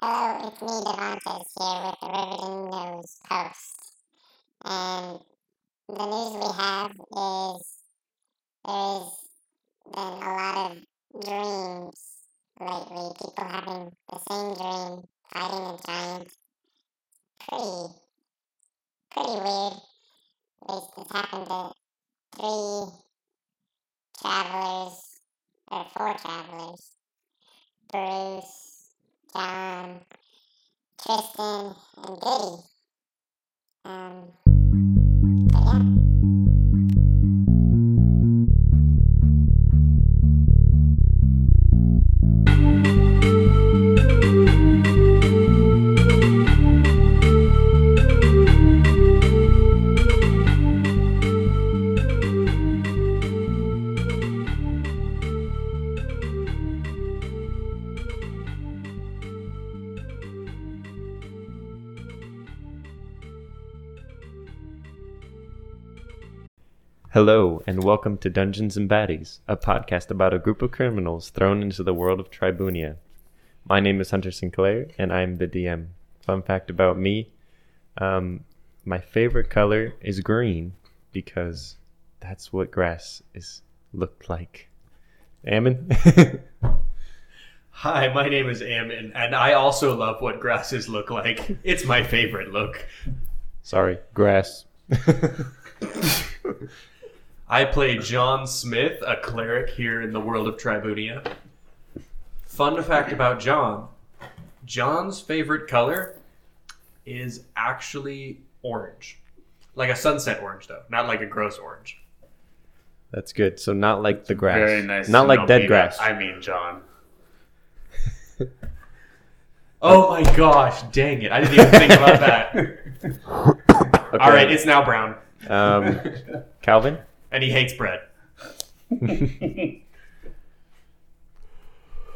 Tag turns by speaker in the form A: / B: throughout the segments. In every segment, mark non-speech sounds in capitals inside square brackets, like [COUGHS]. A: Hello, Oh, it's me, Devontae, here with the Riveting News Post. And the news we have is there's been a lot of dreams lately. People having the same dream, fighting a giant. Pretty, pretty weird. At least it's happened to three travelers, or four travelers. Bruce, John, um, Tristan, and Goody. Um, but Um, yeah.
B: Hello, and welcome to Dungeons and Baddies, a podcast about a group of criminals thrown into the world of Tribunia. My name is Hunter Sinclair, and I'm the DM. Fun fact about me um, my favorite color is green because that's what grass is looked like. Ammon? [LAUGHS]
C: Hi, my name is Am, and, and I also love what grasses look like. It's my favorite look.
B: Sorry, grass.
C: I play John Smith, a cleric here in the world of Tribunia. Fun fact about John John's favorite color is actually orange. Like a sunset orange, though, not like a gross orange.
B: That's good. So, not like the grass.
D: Very nice.
B: Not
D: to
B: like
D: know
B: dead
D: me.
B: grass.
D: I mean, John.
C: [LAUGHS] Oh my gosh, dang it. I didn't even think about that.
B: [LAUGHS] Okay.
C: All right, it's now brown,
B: um,
D: [LAUGHS]
B: Calvin?
C: and he hates bread.
E: [SIGHS]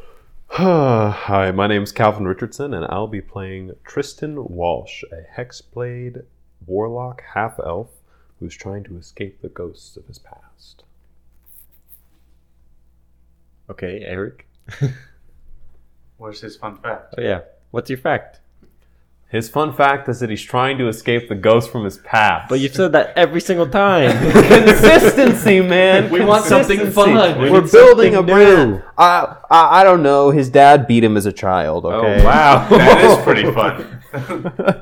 E: Hi, my name's Calvin Richardson, and I'll be playing Tristan Walsh, a hexblade warlock half elf who's trying to escape the ghosts of his past.
B: Okay, Eric?
D: [LAUGHS] Where's his fun fact?
B: Oh, yeah. What's your fact?
E: His fun fact is that he's trying to escape the ghosts from his past.
B: But you've said that every single
D: [LAUGHS]
B: time.
E: [LAUGHS] consistency,
B: [LAUGHS]
E: man.
C: We want something
E: Consistency.
C: fun. We
E: We're
B: need
E: building a
B: something
E: brand.
B: new.
F: I, I I don't know. His dad beat him as a child. Okay.
E: [LAUGHS]
B: Oh wow.
D: That is [LAUGHS] pretty fun.
B: [LAUGHS]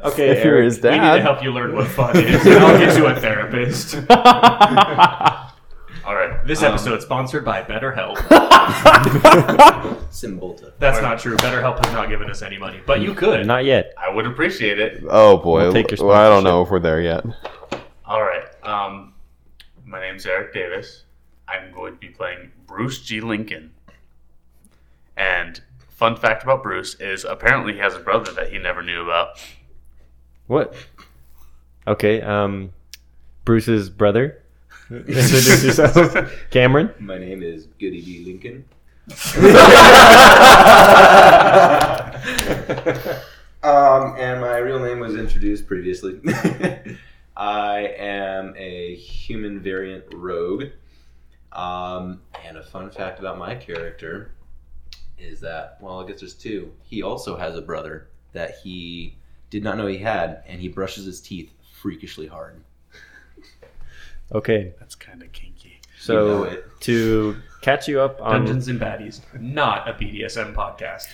B: okay,
F: If you're his
C: We need to
F: dad,
C: help you learn what fun is, and I'll get you
B: [LAUGHS]
C: a therapist.
D: All right.
C: This episode sponsored by BetterHelp.
E: [LAUGHS]
G: Cymbalta.
C: That's not true. BetterHelp has not given us any money, but you could.
B: Not yet.
D: I would appreciate it.
F: oh boy,
B: We'll take your
F: well, I don't know if we're there
E: [LAUGHS]
B: [LAUGHS]
F: yet.
D: All right. Um, my name's Eric Davis. I'm going to be playing Bruce G. Lincoln. And fun fact about Bruce is apparently he has a brother that he never knew about.
B: What? Okay. Um, Bruce's
D: [LAUGHS]
B: brother. Introduce yourself. Cameron.
G: My name is Goody D. Lincoln. Um, and my real name was introduced previously. [LAUGHS] I am a human variant rogue. Um, and a fun fact about my character is that, well, I guess there's two. He also has a brother that he did not know he had, and he brushes his teeth freakishly hard.
B: Okay.
D: That's kind of kinky.
B: So
G: You know it.
B: to catch you up on
C: Dungeons [LAUGHS] and Baddies, not a BDSM podcast.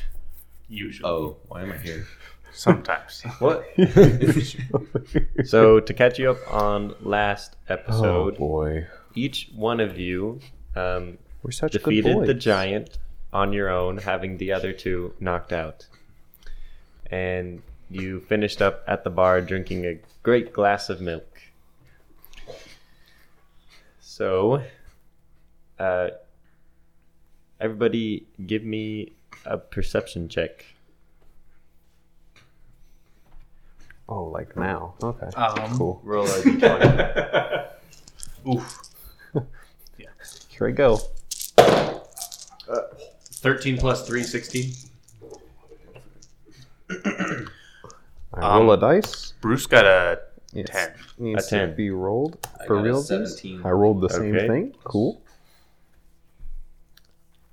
C: Usually.
G: Oh, why am I here?
D: [LAUGHS] Sometimes.
B: what? so to catch you up on last
E: Oh
B: episode,
E: boy,
B: each one of you um,
E: we're such good
B: defeated
E: boys.
B: the giant on your own, having the other two knocked out. And you finished up at the bar drinking a great glass of milk. So, uh, everybody, give me a perception check.
E: Oh, like now. Okay.
C: Um,
E: cool.
B: Roll a d20.
E: [LAUGHS]
C: [LAUGHS]
E: Here we go.
C: 13 plus 3, 16.
E: I
D: Um,
E: roll a dice.
D: Bruce got a
E: Yes.
D: 10.
E: Needs
B: A 10.
E: to be rolled
G: I
E: for
G: got a
E: real.
G: 17.
E: I rolled the same
B: Okay.
E: thing. Cool.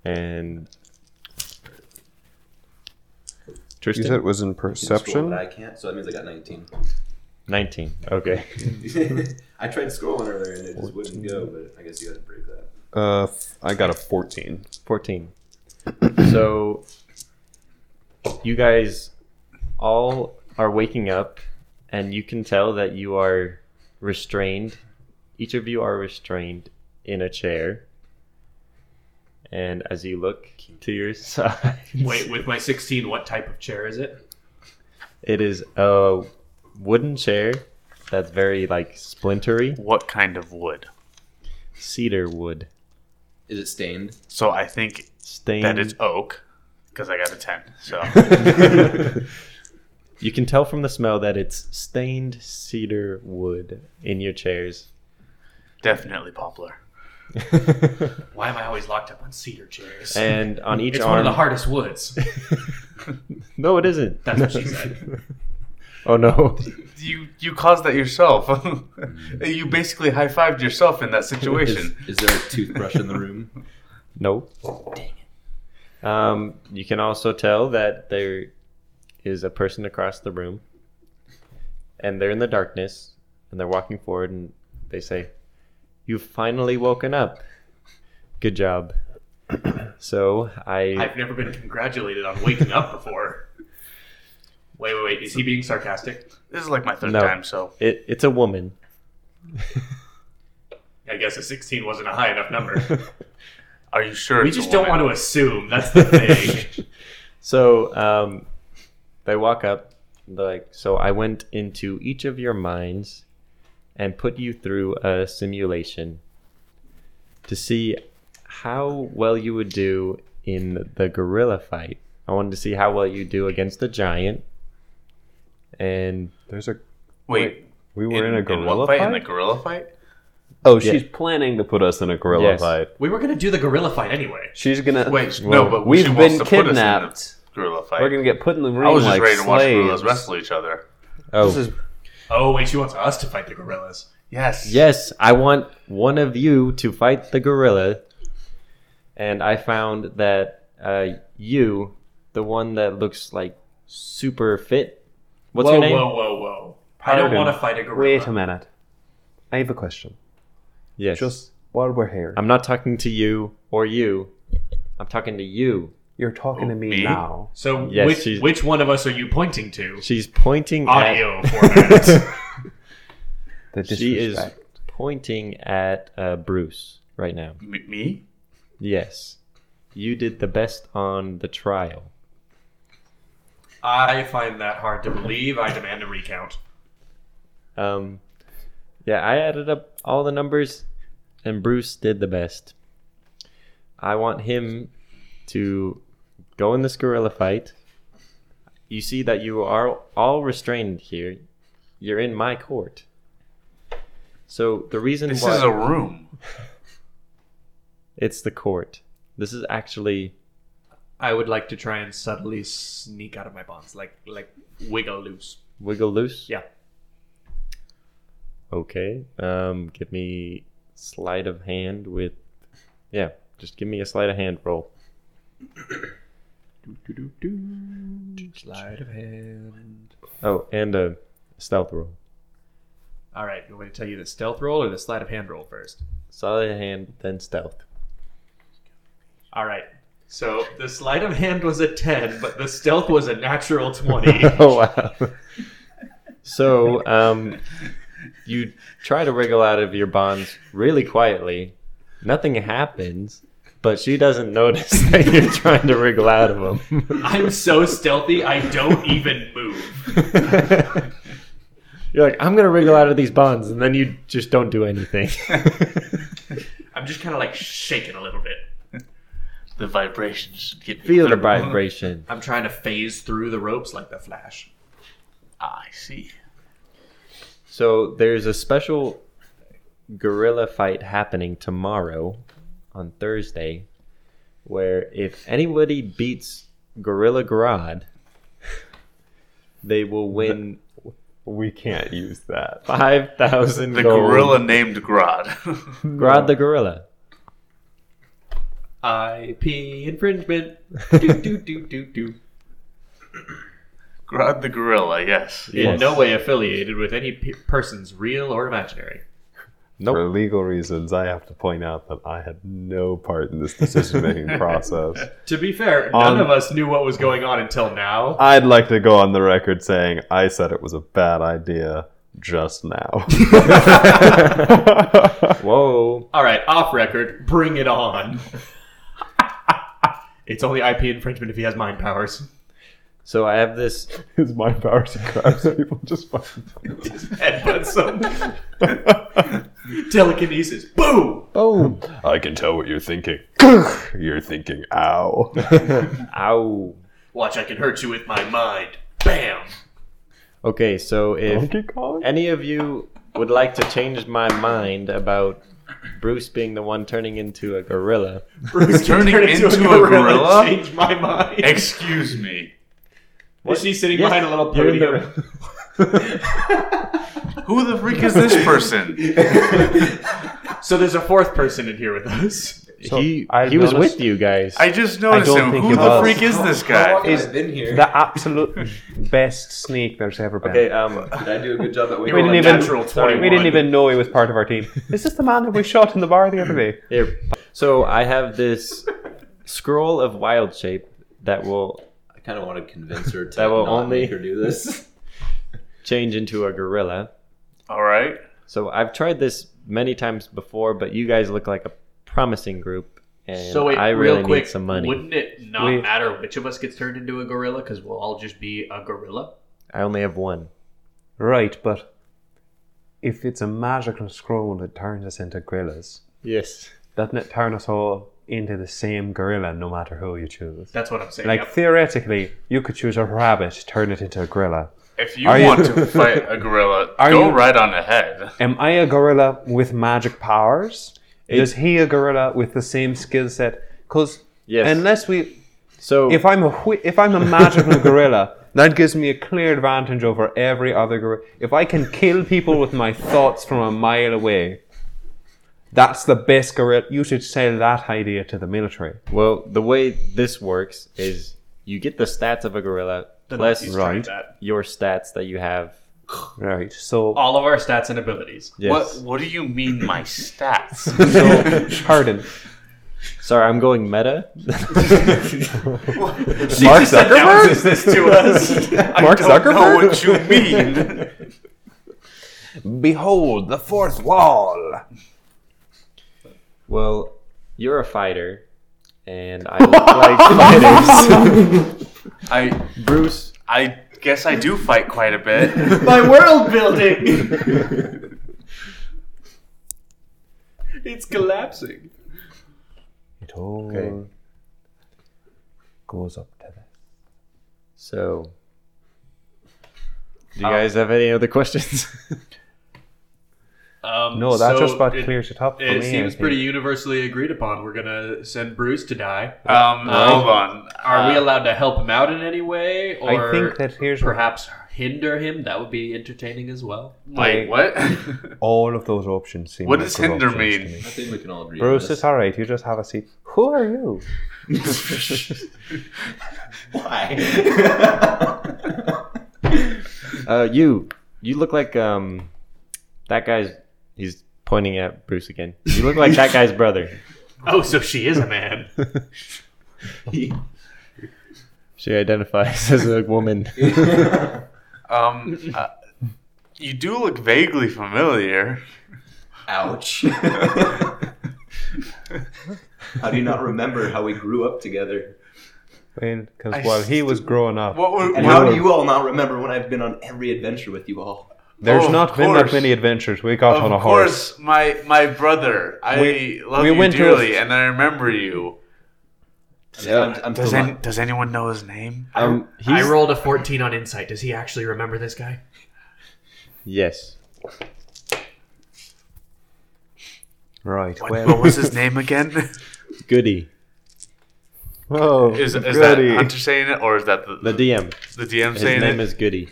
B: and
E: You
B: Tristan?
E: said it was in
G: You can scroll,
E: perception.
G: but I can't, so that means I got [LAUGHS] 19.
B: 19. Okay.
G: I tried scrolling earlier and it just wouldn't go, but I guess you had to break that.
E: Uh, f- I got a fourteen.
B: 14. so you guys all are waking up and you can tell that you are restrained. Each of you are restrained in a chair. And as you look to your [LAUGHS] side,
C: Wait, with my 16, what type of chair is it?
B: it is a wooden chair that's very like splintery,
D: What kind of wood?
B: cedar wood,
G: Is it stained?
D: So I think
B: stained.
D: that it's oak because I got a 10. [LAUGHS] So
B: [LAUGHS] You can tell from the smell that it's stained cedar wood in your chairs.
D: definitely poplar.
C: Why am I always locked up on cedar chairs?
B: and on each
C: it's
B: arm.
C: one of the hardest woods.
B: no, it isn't.
C: That's
B: [LAUGHS]
C: what she said.
B: oh no.
D: You you caused that yourself. [LAUGHS] you basically high fived yourself in that situation.
G: Is there a toothbrush in the room?
B: No. Um, you can also tell that there is a person across the room, and they're in the darkness, and they're walking forward, and they say, "You've finally woken up. Good job." [CLEARS THROAT] So I,
C: I've never been congratulated on waking up before. Wait, wait, wait. Is he being sarcastic?
D: This is like my third
B: No.
D: time, so
B: it, it's a woman.
C: I guess a 16 wasn't a high enough number.
D: are you sure?
C: We
D: it's a
C: just don't
D: woman?
C: want to assume. That's the thing.
B: [LAUGHS] So um, they walk up. They're like, so I went into each of your minds and put you through a simulation to see how well you would do in the gorilla fight. I wanted to see how well you do against the giant. And
E: There's a.
D: Wait,
E: We were in, a
D: what
E: gorilla
D: fight?
E: fight.
D: In the gorilla fight?
F: Oh,
B: Yeah.
F: she's planning to put us in a gorilla
B: Yes.
F: fight.
C: we were going to do the gorilla fight anyway.
F: She's gonna.
D: Wait,
B: Well,
D: no, but she
F: we've
D: wants
F: been
D: to put us in the
F: kidnapped.
D: Gorilla fight.
F: We're gonna get put in the ring
D: I was just
F: like
D: ready to watch
F: slaves.
D: gorillas wrestle each other.
B: oh,
F: This is
C: Oh, wait. She wants us to fight the gorillas.
D: Yes.
B: Yes, I want one of you to fight the gorilla. And I found that uh, you, the one that looks like super fit, what's
C: whoa,
B: your name?
C: whoa, whoa, whoa. I don't
F: Pardon.
C: want to fight a gorilla.
F: Wait a minute. I have a question.
B: Yes.
F: Just while we're here,
B: I'm not talking to you or you. I'm talking to you.
F: you're talking to me,
D: Me?
F: now.
C: So,
B: Yes,
C: which,
B: she's-
C: which one of us are you pointing to?
B: She's pointing
C: Audio
B: at.
C: format.
F: The
B: she is
F: disrespect.
B: pointing at uh, Bruce right now.
D: M- me?
B: Yes. You did the best on the trial.
C: I find that hard to believe. I demand a recount.
B: Um, yeah, I added up all the numbers, and Bruce did the best. I want him to go in this gorilla fight. You see that you are all restrained here. You're in my court. So the reason
D: This
B: why
D: is a room.
B: it's the court. This is actually
C: I would like to try and subtly sneak out of my bonds, like like wiggle loose.
B: wiggle loose.
C: Yeah.
B: Okay. Um, give me sleight of hand with. Yeah, just give me a sleight of hand roll.
C: Slide of hand.
B: Oh, and a stealth roll.
C: All right, you want me to tell you the stealth roll or the sleight of hand roll first?
B: Solid hand, then stealth.
C: All right. So the sleight of hand was a ten, but the stealth was a
B: [LAUGHS]
C: natural twenty.
B: [LAUGHS] oh wow! so um, you try to wriggle out of your bonds really quietly. Nothing happens, but she doesn't notice [LAUGHS] that you're trying to wriggle out of them.
C: I'm so stealthy, I don't even move.
B: [LAUGHS] you're like, I'm gonna wriggle out of these bonds, and then you just don't do anything.
C: I'm just kind of like shaking a little bit.
D: The vibrations get me
B: Feel the
D: through.
B: vibration.
C: I'm trying to phase through the ropes like the Flash.
D: Ah, I see.
B: So there's a special gorilla fight happening tomorrow on Thursday where if anybody beats Gorilla Grodd, they will win
E: We can't use that.
B: 5,000
D: The
B: gold.
D: gorilla named Grodd. [LAUGHS]
B: Grodd the gorilla.
C: IP infringement. do do do do do.
D: Grod the gorilla,
C: [LAUGHS]
D: yes.
C: In
B: Yes.
C: no way affiliated with any pe- person's real or imaginary.
B: Nope.
E: For legal reasons, I have to point out that I had no part in this decision
F: [LAUGHS]
E: making process.
C: To be fair, none
E: On-
C: of us knew what was going on until now.
E: I'd like to go on the record saying I said it was a bad idea just
F: [LAUGHS]
E: now.
B: Whoa.
C: All right, off record, bring it on. it's only IP infringement if he has mind powers.
B: So I have this.
E: His mind powers and grabs people just fucking.
C: Headbutt some telekinesis. Boom!
B: Boom.
E: [LAUGHS] I can tell what you're
F: [LAUGHS]
E: thinking. you're thinking, ow.
B: Ow.
C: Watch, I can hurt you with my mind. Bam!
B: Okay, so if
E: Donkey Kong?
B: any of you would like to change my mind about Bruce being the one turning into a gorilla,
C: Bruce
D: Turning
C: turn [LAUGHS]
D: into a gorilla?
C: Change my mind.
D: Excuse me.
C: Is she sitting
B: Yes,
C: behind a little
B: you're in the
C: podium?
D: Who the freak is this person?
C: So there's a fourth person in here with us.
F: So,
B: he
F: I'll
B: he
F: be
B: was
F: honest-
B: with you guys.
D: I just noticed
F: I don't
D: him.
F: think
D: Who
F: he
D: the
F: was.
D: freak is this
G: How
D: guy?
G: [LAUGHS] long have
F: Is-
G: I been
F: [LAUGHS]
G: here?
F: The absolute best snake there's ever been.
B: okay, um,
G: Did I do a good job that way?
C: You rolled
F: didn't
C: a
F: even-
C: natural
B: sorry,
F: We
C: 21.
F: didn't even know he was part of our team. [LAUGHS] Is this the man that we shot in the bar the other day?
B: Here. So I have this scroll of wild shape that will
G: I kind of want to convince her to
B: That will
G: not
B: only-
G: make her do this.
B: change into a gorilla.
D: All right.
B: So I've tried this many times before, but you guys look like a promising group, and
C: So wait,
B: I really
C: real quick,
B: need some money.
C: wouldn't it not
F: We-
C: matter which of us gets turned into a gorilla? Because we'll all just be a gorilla.
B: I only have one.
F: Right, but if it's a magical scroll that turns us into gorillas,
B: Yes.
F: doesn't it turn us all into the same gorilla no matter who you choose?
C: That's what I'm saying.
F: Like
C: Yep.
F: theoretically, you could choose a rabbit, turn it into a gorilla.
D: If you
F: Are you-
D: want to fight a gorilla,
F: [LAUGHS] Are
D: go
F: you-
D: right
C: [LAUGHS]
D: on ahead.
F: Am I a gorilla with magic powers? Is he a gorilla with the same skill set? Because
B: Yes.
F: unless we,
B: So
F: if I'm a whi- if I'm a [LAUGHS] magical gorilla, that gives me a clear advantage over every other gorilla. If I can kill people with my thoughts from a mile away, that's the best gorilla. You should sell that idea to the military.
B: well, the way this works is you get the stats of a gorilla
C: The
B: plus
C: Nazis tried
F: Right.
C: that.
B: your stats that you have.
F: Right. Oh. So,
C: All of our stats and abilities.
B: Yes.
D: What What do you mean, my stats?
F: [LAUGHS] so [LAUGHS] pardon.
B: Sorry, I'm going
C: [LAUGHS]
B: meta. [LAUGHS]
E: Mark
C: announces this to
F: [LAUGHS]
C: us.
E: Mark
D: I don't know what you mean.
F: Behold the fourth wall.
B: Well, you're a fighter, and
F: [LAUGHS]
B: I like fighters.
D: I
B: Bruce,
D: I guess I do fight quite
C: [LAUGHS]
D: a bit.
C: My world building. [LAUGHS] it's collapsing.
F: It all
B: Okay.
F: goes up to that.
B: So, do you guys have any other questions? [LAUGHS]
C: Um,
F: No, that
C: so
F: just about
C: it,
F: clears it up for
C: It
F: me. I
C: seems
F: think.
C: pretty universally agreed upon. We're gonna send Bruce to die.
D: Um,
C: Uh,
D: hold on.
C: Are we
D: Uh,
C: allowed to help him out in any way, or
F: I think that here's
C: perhaps hinder him? That would be entertaining as well.
D: Wait, what?
F: all of those options seem.
D: what
F: like
D: does
F: good
D: hinder
F: options to
D: mean?
F: me.
G: I think we can all agree. on
F: Bruce,
G: this.
F: it's all right. You just have a seat. Who are [LAUGHS] you?
G: Why?
B: uh, you, you look like um, that guy's. He's pointing at Bruce again. You look like that guy's [LAUGHS] brother.
C: Oh, so she is a man.
B: She identifies as a
F: [LAUGHS]
B: woman.
C: [LAUGHS]
D: [LAUGHS] Um, uh, you do look vaguely familiar.
G: Ouch. how do you not remember how we grew up together?
F: Because
D: I
F: while he was growing up,
D: What? were-
G: And
D: what-
G: how do you all not remember when I've been on every adventure with you all?
F: there's
D: Oh,
F: not
D: of
F: been that
D: course.
F: many adventures. We got on a
D: Of
F: horse.
D: course, my my brother. I
F: We-
D: love
F: we
D: you
F: went to a-
D: dearly, and I remember you.
G: I'm, I'm
D: Does
G: still
D: any,
G: not-
D: does anyone know his name?
B: Um,
C: I
B: he's,
C: rolled a fourteen on insight. Does he actually remember this guy?
B: yes.
F: Right.
D: What,
F: Well,
D: what was his name again?
B: Goody.
F: [LAUGHS] oh,
D: Is, is that
F: goody. [LAUGHS]
D: Hunter saying it, or is that the,
B: The DM.
D: the DM
B: His
D: saying
B: name
D: it?
B: is Goody.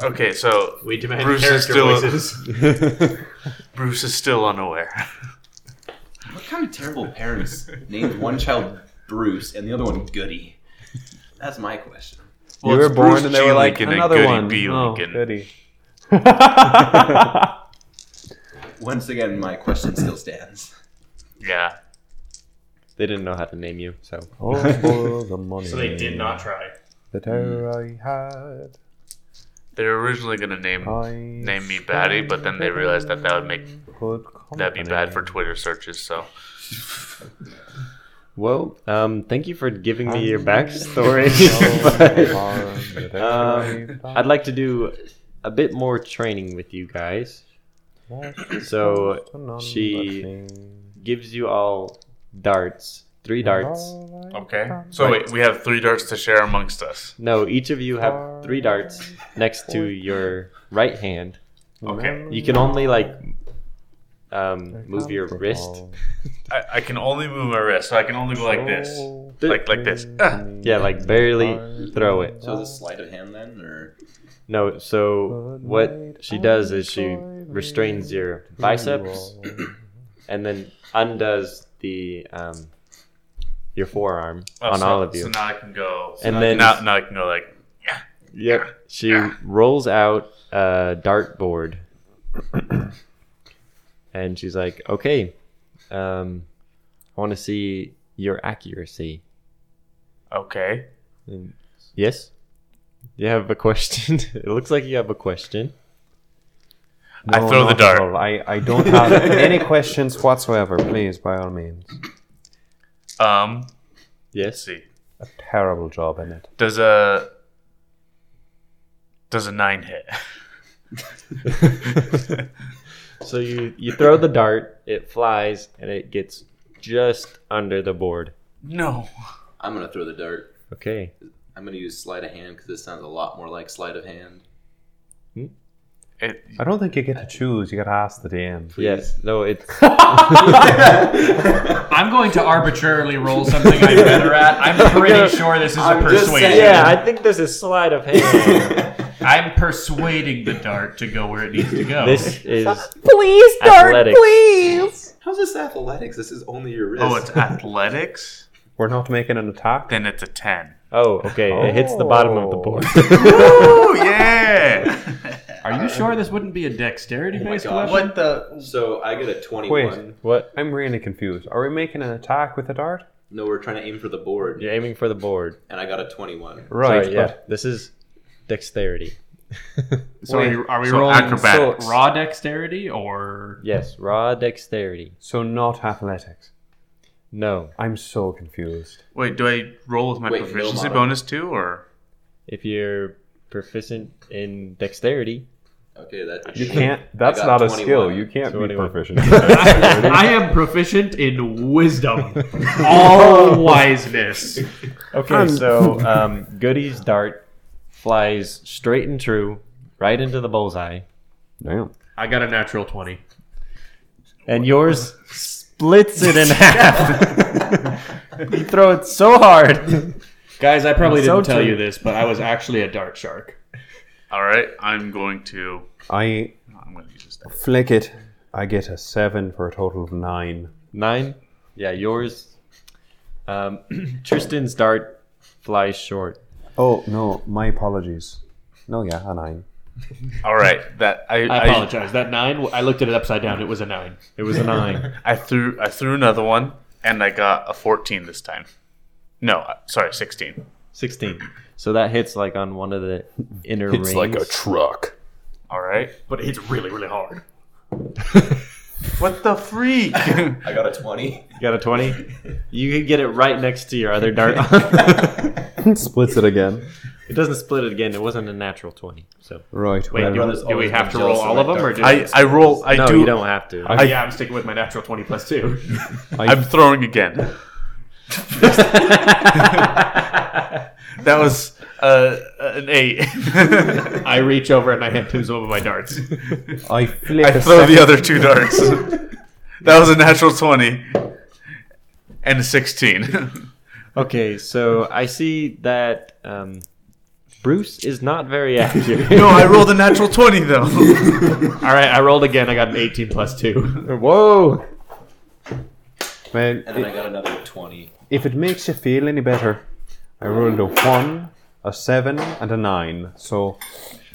D: okay, so
C: We demand
D: Bruce is
C: character
D: still-
C: voices.
D: Bruce is still unaware. [LAUGHS]
G: What kind of terrible parents named one child Bruce and the other one Goody? That's my question.
D: Well,
F: you were
D: it's
F: born
D: Bruce
F: and they
D: G.
F: were like
D: Lincoln and
F: another
D: Goody
F: one.
D: B.
F: Oh,
D: Lincoln.
F: goody. [LAUGHS]
G: Once again, my question still stands.
D: Yeah.
B: They didn't know how to name you, so
E: All for the money.
C: [LAUGHS] So they did not try.
E: The terror I had.
D: They were originally going to name
B: Oh,
E: I
D: name me Batty, but then they realized that that would make
E: could
D: that'd be bad for Twitter searches. So
B: well, um, thank you for giving me your
E: Um,
D: [LAUGHS]
B: backstory. [LAUGHS]
F: [LAUGHS]
B: but Um, I'd like to do a bit more training with you guys. So she- Gives you all darts, three darts.
D: okay. So wait, we have three darts to share amongst us.
B: No, each of you have three darts next to your right hand.
D: Okay.
B: You can only like um, move your wrist.
D: I, I can only move my wrist, so I can only go like this,
B: Oh.
D: like like this. Ah.
B: Yeah, like barely throw it.
G: So is it sleight of hand then, or
B: No, so what she does is she restrains your biceps and then undoes the um, your forearm
D: Oh,
B: on
D: so-
B: all of
D: So
B: you.
D: now I can go.
B: And
D: and
B: then-
D: then now, now I can go like
B: Yep. She rolls out a dartboard, and she's like, "Okay, um, I want to see your accuracy."
D: okay.
B: And- yes. You have a question. [LAUGHS] it looks like you have a question.
D: [CLEARS THROAT] I throw the
F: not at
D: dart.
F: all. I, I
B: [LAUGHS]
F: don't have any questions whatsoever. Please, by all means.
D: Um, let's
B: Yes.
D: see.
F: A terrible job in it.
D: Does a does a nine hit?
B: [LAUGHS]
D: [LAUGHS]
B: So you you throw the dart, it flies, and it gets just under the board.
D: No.
G: I'm gonna throw the dart.
B: Okay.
G: I'm gonna use sleight of hand because this sounds a lot more like sleight of [LAUGHS] hand.
D: It,
F: I don't think you get to choose. You got to ask the DM.
B: Yes. No, it's [LAUGHS]
C: I'm going to arbitrarily roll something I'm better at. I'm pretty sure this is a
G: I'm just
C: persuasion.
G: saying.
B: Yeah, I think this is sleight of hand.
C: I'm persuading the dart to go where it needs to
B: [LAUGHS]
C: go.
B: this is Please dart, please.
G: How's this athletics? This is only your wrist.
D: oh, it's athletics.
F: We're not making an attack.
D: Then it's
B: [LAUGHS]
D: a ten.
B: Oh, okay. It hits the bottom of the [LAUGHS] board.
D: Ooh, yeah.
C: Are you sure this wouldn't be a dexterity based
G: gosh.
C: weapon?
G: What
D: the?
G: Oh so I get a 21.
B: what?
F: I'm really confused. Are we making an attack with a dart?
G: No, we're trying to aim for the board,
B: You're aiming for the board.
G: and I got a 21.
F: Right.
B: Sorry, yeah. This is dexterity.
C: So are, you, are we
D: So
C: rolling
D: acrobatics.
C: raw dexterity or
B: Yes, raw dexterity.
F: So not athletics.
B: No.
F: I'm so confused.
D: Wait, do I roll with my
G: Wait, no
D: proficiency
G: modifier.
D: bonus too, or
B: If you're proficient in dexterity,
G: Okay, that
B: [LAUGHS]
F: You can't. That's
G: I got
F: not a
G: 21.
F: skill. You can't be
B: 21.
F: proficient.
B: [LAUGHS]
C: I am proficient in wisdom. All wiseness.
B: Okay, so um, Goody's dart flies straight and true, right into the bullseye,
F: Damn.
C: I got a natural twenty.
B: and yours splits it in [LAUGHS]
F: [LAUGHS]
B: half. you throw it so hard.
C: Guys, I probably
B: So
C: didn't tell
B: true.
C: you this, but I was actually a dart shark.
D: all right? I'm going to.
F: I
D: I'm going to use this. Thing.
F: flick it. I get a seven for a total of nine.
B: [LAUGHS] Nine. Yeah, yours. Um, [CLEARS THROAT] Tristan's dart flies short.
F: Oh no, my apologies. No, yeah, a [LAUGHS] nine.
D: All right, that I
C: I
D: I, I,
C: apologize. That nine, I looked at it upside down. It was a nine.
B: It was a nine.
D: threw I threw another one, and I got a 14 this time. No, uh, sorry, 16.
B: 16. So that hits like on one of the inner rings.
E: truck.
D: All right.
C: But it hits really, really hard.
D: What the [LAUGHS] freak?
G: I got a [LAUGHS] 20.
B: You got a 20? You could get it right next to your other [LAUGHS] dart.
F: Splits it again.
B: it doesn't split it again. It wasn't a natural 20. So
F: Right.
C: Wait,
F: well,
C: do,
G: brother's
C: do we
G: always
C: have
G: been
C: to roll
G: jealous of
C: all
G: my
C: of them, or
G: dart.
C: do
D: I I roll. I
B: no,
D: do.
B: you don't have to.
F: I-
C: yeah, I'm sticking with my natural twenty [LAUGHS] plus two.
D: I'm throwing again. that was uh, an eight. [LAUGHS]
C: I reach over and I hand him some of my darts.
F: I flick
D: I
F: a
D: throw
F: second.
D: the other two darts.
F: [LAUGHS]
D: That was a natural 20 and a 16.
B: Okay, [LAUGHS] so I see that um, Bruce is not very
F: [LAUGHS]
B: accurate.
D: [LAUGHS] no, I rolled a natural 20 though.
C: All right, I rolled again. I got an eighteen plus two.
B: Whoa!
F: Man,
G: And then I got another 20.
F: if it makes you feel any better, I rolled a one a seven, and a nine. So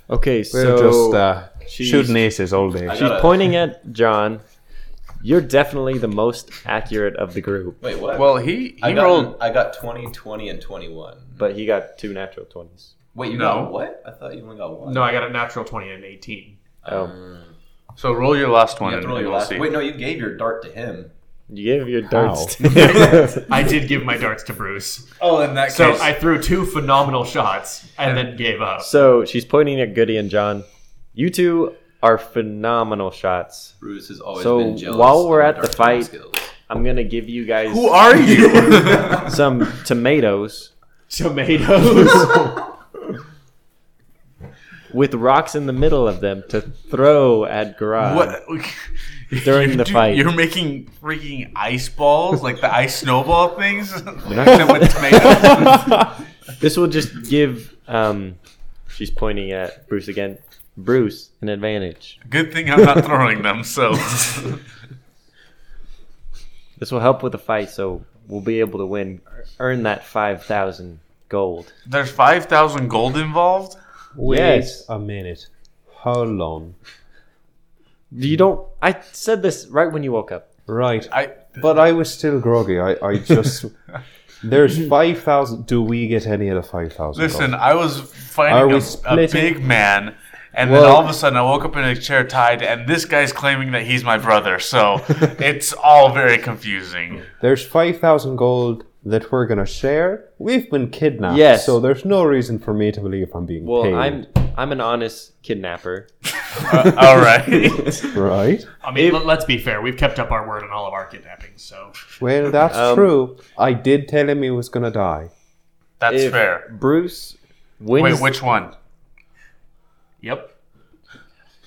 B: Okay,
F: we're
B: so
F: just uh,
B: she's-
F: shooting aces all day. [LAUGHS]
G: I
B: she's
G: gotta-
B: pointing at John. You're definitely the most accurate of the group,
G: Wait,
D: [LAUGHS]
G: what?
D: Well, he he
G: I got,
D: rolled.
G: I got 20, 20, and 21.
B: but he got two natural twenties.
G: Wait, you
D: No.
G: got what? I thought you only got
C: [LAUGHS]
G: one.
C: No, I got a natural 20 and an 18.
B: Oh,
D: So roll your last
G: You
D: one,
G: have
D: and
G: to roll
D: we'll
G: your last.
D: see.
G: Wait, no, you gave your dart to him.
B: you gave your darts. [LAUGHS]
F: [LAUGHS]
C: I did give my darts to Bruce.
G: Oh, in that
C: So I threw two phenomenal shots and then gave up.
B: so she's pointing at Goody and John. You two are phenomenal shots.
G: Bruce has always
B: So,
G: been jealous.
B: while we're at
G: of my
B: the
G: dart throwing
B: fight- I'm gonna give you guys
D: Who are you?
B: some tomatoes
C: Tomatoes.
B: with rocks in the middle of them to throw at Garage.
D: [LAUGHS] [LAUGHS] what? [LAUGHS]
B: During the fight.
D: you're making freaking ice balls, like the ice snowball things, [LAUGHS] with
B: [LAUGHS]
D: tomatoes.
B: This will just give. Um, she's pointing at Bruce again. Bruce an advantage.
D: Good thing I'm not throwing them. So [LAUGHS]
B: This will help with the fight, so we'll be able to win. Earn that five thousand gold.
D: there's five thousand gold involved.
F: [LAUGHS] Wait
B: Yes.
F: a minute. How long?
B: You don't. I said this right when you woke up.
F: Right.
D: I
F: But I was still groggy. I, I
D: [LAUGHS]
F: just. There's 5,000. Do we get any of the 5,000?
D: listen. I was
F: Are we
D: fighting a, a
F: splitting?
D: big man. And then
F: Well-
D: all of a sudden, I woke up in a chair tied, and this guy's claiming that he's my brother. So
F: [LAUGHS]
D: it's all very confusing.
F: There's 5,000 gold that we're going to share. We've been kidnapped.
B: Yes.
F: So there's no reason for me to believe I'm being
B: Well,
F: paid. [LAUGHS]
B: I'm I'm an honest kidnapper.
D: Uh,
F: [LAUGHS]
D: all right.
F: Right?
C: [LAUGHS] I mean, let- let's be fair. We've kept up our word on all of our kidnappings, so
F: Well, that's
B: Um,
F: true. I did tell him he was going to die.
D: That's
B: If
D: fair.
B: Bruce wins.
D: Wait, which one?
C: yep.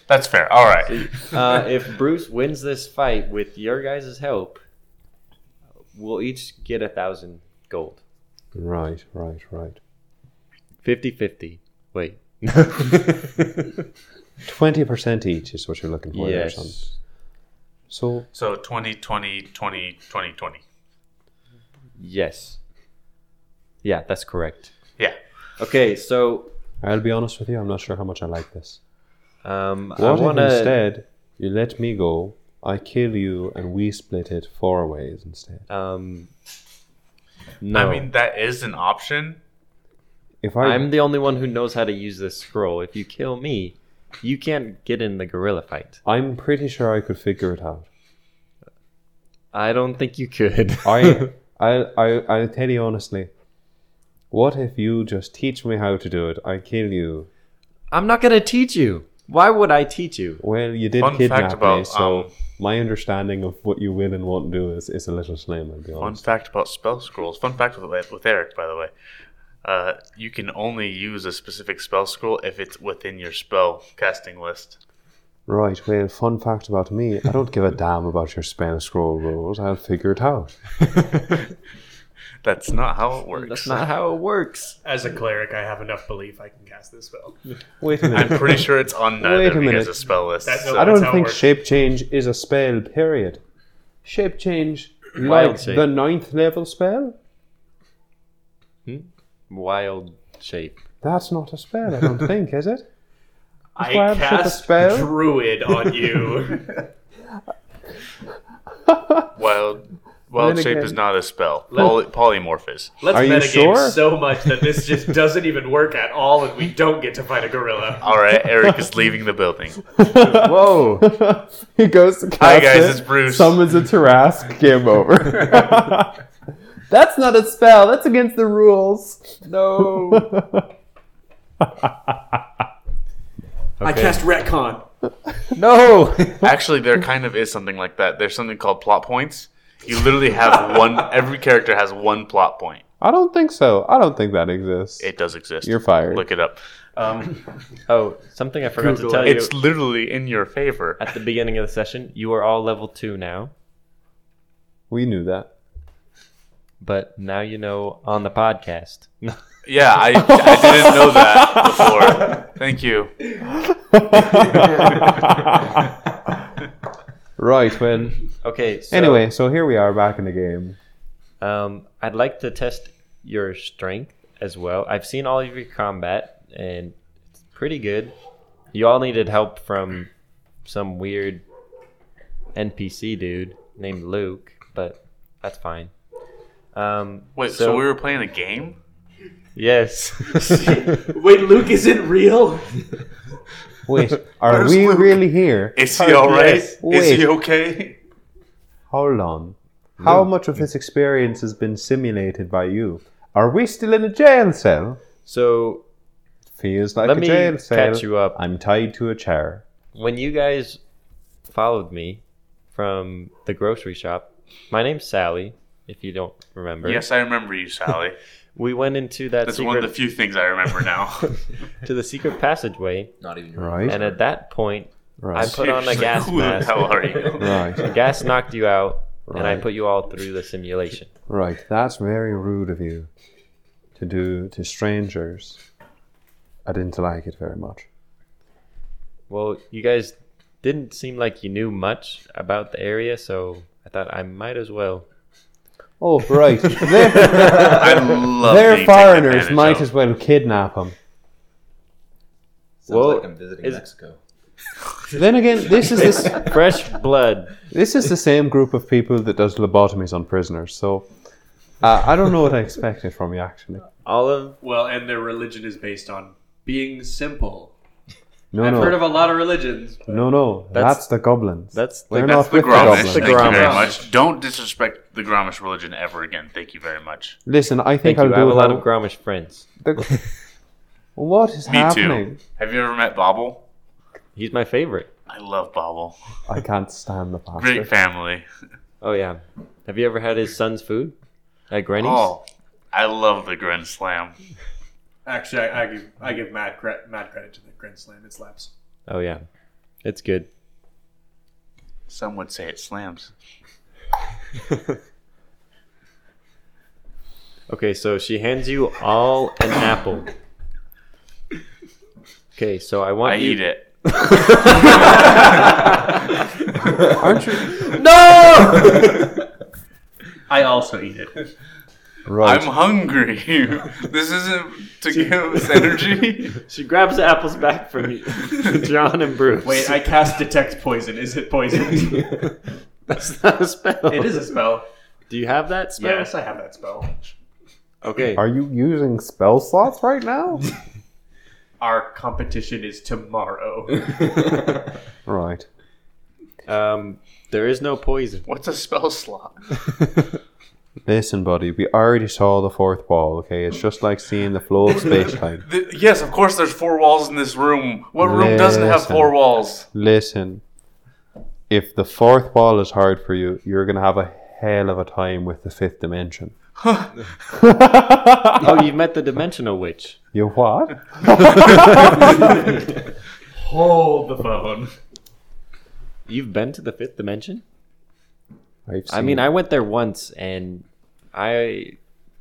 D: That's fair. All right.
B: uh, if Bruce wins this fight with your guys' help, we'll each get a thousand gold.
F: Right, right, right.
B: 50 50. Wait.
F: 20% each is what you're looking for there, son.
B: yes.
F: So
D: So 20, 20, 20, 20, 20.
B: Yes. Yeah, that's correct.
D: Yeah.
B: Okay, so
F: I'll be honest with you. I'm not sure how much I like this.
B: um, I
F: What
B: want
F: if
B: to.
F: instead you let me go, I kill you, and we split it four ways instead?
B: Um, no.
D: I mean, that is an option.
F: If I
B: I'm the only one who knows how to use this scroll. If you kill me, you can't get in the gorilla fight.
F: I'm pretty sure I could figure it out.
B: I don't think you could.
F: I I I I'll tell you honestly. What if you just teach me how to do it? I kill you.
B: [LAUGHS] I'm not going to teach you. Why would I teach you?
F: Well, you did
D: Fun fact
F: kidnap me,
D: about,
F: so
D: um,
F: my understanding of what you will and won't do is, is a little slim. I'll be
D: Fun
F: honest.
D: fact about spell scrolls. Fun fact with, with Eric, by the way. Uh, you can only use a specific spell scroll if it's within your spell casting list.
F: Right. Well, fun fact about me. I don't give a damn about your spell scroll rules. I'll figure it out.
D: That's not how it works.
B: That's not how it works.
C: As a cleric, I have enough belief I can cast this spell.
F: Wait a
D: [LAUGHS] I'm
F: minute.
D: pretty sure it's on neither
F: Wait a
D: of you guys'
F: minute.
D: spell list.
C: That's
D: so-
C: not-
F: I don't
C: how it
F: think
C: works.
F: shape change is a spell. Period. Shape change,
B: Wild
F: like
B: shape.
F: the ninth level spell.
B: Wild shape.
F: That's not a spell. I don't think, is
D: [LAUGHS]
F: it?
C: I
F: why I put the
C: cast
F: spell.
C: Druid on [LAUGHS] you.
D: wild wild
F: Then
D: shape
F: again-
D: is not a spell. Poly, polymorph is.
C: Let's
F: Are you
C: metagame
F: sure?
C: so much that this
F: [LAUGHS]
C: just doesn't even work at all, and we don't get to fight a gorilla.
D: All right,
F: [LAUGHS]
D: Eric is leaving the building.
B: Whoa.
F: he goes to cast
D: Hi guys,
F: it,
D: it's Bruce.
F: Summons a Tarask. Game over. [LAUGHS] that's not a spell. That's against the rules.
B: No.
F: [LAUGHS]
C: I cast retcon.
B: No.
D: Actually, there kind of is something like that. There's something called plot points. You literally have one. Every character has one plot point.
F: I don't think so. I don't think that exists.
D: It does exist.
F: You're fired.
D: Look it up.
B: oh, something I forgot to
C: Google
F: Uh,
B: tell
C: it.
B: you
D: It's literally in your favor.
B: at the beginning of the session. You are all level two now,
F: we knew that.
B: but now you know on the podcast. [LAUGHS]
D: Yeah, I, I didn't know that before. Thank you.
F: [LAUGHS] Right. Well.
B: Okay. So,
F: Anyway, so here we are back in the game.
B: um, I'd like to test your strength as well. I've seen all of your combat, and it's pretty good. You all needed help from some weird NPC dude named Luke, but that's fine. Um,
D: Wait, so, we were playing a game?
B: yes, [LAUGHS]
C: Wait, Luke isn't real.
F: Wait, are
D: Where's
F: we
D: Luke?
F: really here?
D: Is he all
B: [LAUGHS]
D: right?
B: yes.
F: Wait.
D: Is he okay?
F: Hold on. How much of this experience has been simulated by you? Are we still in a jail cell?
B: so
F: Feels like
B: Let
F: a
B: me
F: jail cell.
B: catch you up.
F: I'm tied to a chair.
B: when you guys followed me from the grocery shop, my name's Sally. If you don't remember,
D: Yes, I remember you,
B: [LAUGHS]
D: Sally.
B: we went into that
D: That's
B: secret
D: one of the few things I remember
B: [LAUGHS]
D: now.
B: to the secret
D: [LAUGHS]
B: passageway,
G: Not even your
F: Right.
B: and at that point, I
F: Right.
B: put on a
D: Seriously,
B: gas
D: Who the
B: mask.
D: hell are
B: [LAUGHS]
D: you?
B: The
F: Right.
B: gas knocked you out, and I
F: Right.
B: put you all through the simulation.
F: Right. That's very rude of you to do to strangers. I didn't like it very much.
B: Well, you guys didn't seem like you knew much about the area, so I thought I might as well.
F: Oh, right. They're,
D: I love
F: they're
D: being taken
F: foreigners.
D: advantage
F: Might
D: of.
F: as well kidnap them.
G: Sounds
B: Well,
G: like I'm visiting
B: is-
G: Mexico.
F: Then again, this
B: [LAUGHS]
F: is this.
B: Fresh blood.
F: This is the same group of people that does lobotomies on prisoners, so uh, I don't know what I expected from you, actually.
B: All of
C: Well, and their religion is based on being simple.
F: No,
C: I've
F: no,
C: heard of a lot of religions.
F: no, no. That's,
B: That's-
F: the goblins.
B: that's
F: They're
B: the,
D: That's
F: not
D: the
F: with the
D: Gromish.
F: goblins.
B: The
D: Thank you very
B: Gromish.
D: much. Don't disrespect the Gromish religion ever again. Thank you very much.
F: Listen, I
B: thank
F: think
B: you. I
F: I'll
B: have
F: do
B: a
F: it.
B: lot of Gromish friends.
F: the... What is
D: Me
F: happening?
D: too. Have you ever met Bobble?
B: He's my favorite.
D: I love Bobble.
F: I can't stand the bastard.
D: Great family.
B: Oh yeah. Have you ever had his son's food at Granny's?
D: Oh, I love the Grin Slam.
C: Actually, I, I give I give Matt cre- Matt credit to the Grand Slam. It slaps.
B: Oh, yeah, it's good.
D: Some would say it slams.
B: Okay, so she hands you all an apple. Okay, so I want
D: I
B: you.
D: eat it.
F: Aren't you?
C: I also eat it.
F: Right.
D: I'm hungry. [LAUGHS] this isn't to give us energy.
B: [LAUGHS] She grabs the apples back from you, [LAUGHS] John and Bruce.
C: [LAUGHS] Wait, I cast detect poison. Is it
F: [LAUGHS]
C: poison? [LAUGHS]
B: that's not a spell.
C: it is a spell.
B: Do you have that spell?
C: Yes, I have that spell.
B: Okay.
F: Are you using spell slots right now?
C: Our competition is
F: [LAUGHS]
C: tomorrow.
F: [LAUGHS] right.
B: Um, there is no poison.
D: What's a spell slot?
F: Listen, buddy, we already saw the fourth wall, okay? It's just like seeing the flow of space time. [LAUGHS]
D: Th- yes, of course. There's four walls in this room. What room doesn't have
F: Listen.
D: four walls?
F: Listen, if the fourth wall is hard for you, you're going to have a hell of a time with the fifth dimension.
B: Oh, you met the dimensional witch.
F: You what?
C: Hold the phone.
B: You've been to the fifth dimension?
F: I've
B: I mean, I went there once and I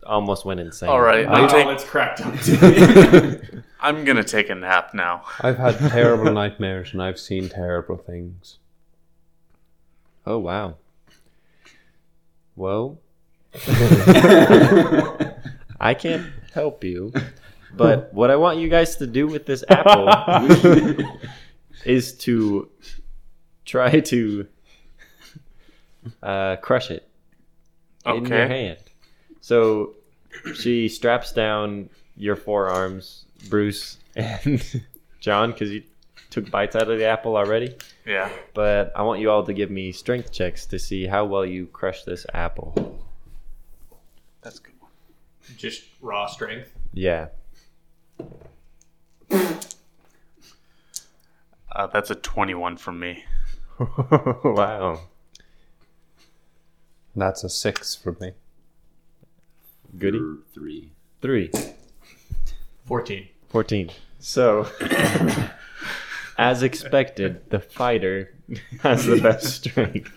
B: almost went insane.
D: All right, I'm,
C: Oh,
D: take-
C: it's cracked up.
F: [LAUGHS]
C: to me.
D: I'm gonna take a nap now.
F: I've had terrible nightmares and I've seen
B: [LAUGHS]
F: terrible things.
B: Oh wow. Well, I can't help you, but what I want you guys to do with this
F: [LAUGHS]
B: apple is to try to uh, crush it in your
D: Okay.
B: hand. So she straps down your forearms, Bruce and [LAUGHS] John, because you took bites out of the apple already
D: Yeah.
B: but I want you all to give me strength checks to see how well you crush this apple.
D: That's a good. one.
C: Just raw strength.
B: Yeah.
D: Uh, that's a 21 from me.
B: [LAUGHS] wow.
F: That's a six for me.
B: Goody.
G: Or Three.
B: Three.
C: Fourteen.
B: 14. So, [COUGHS] as expected, the fighter [LAUGHS] has the best strength.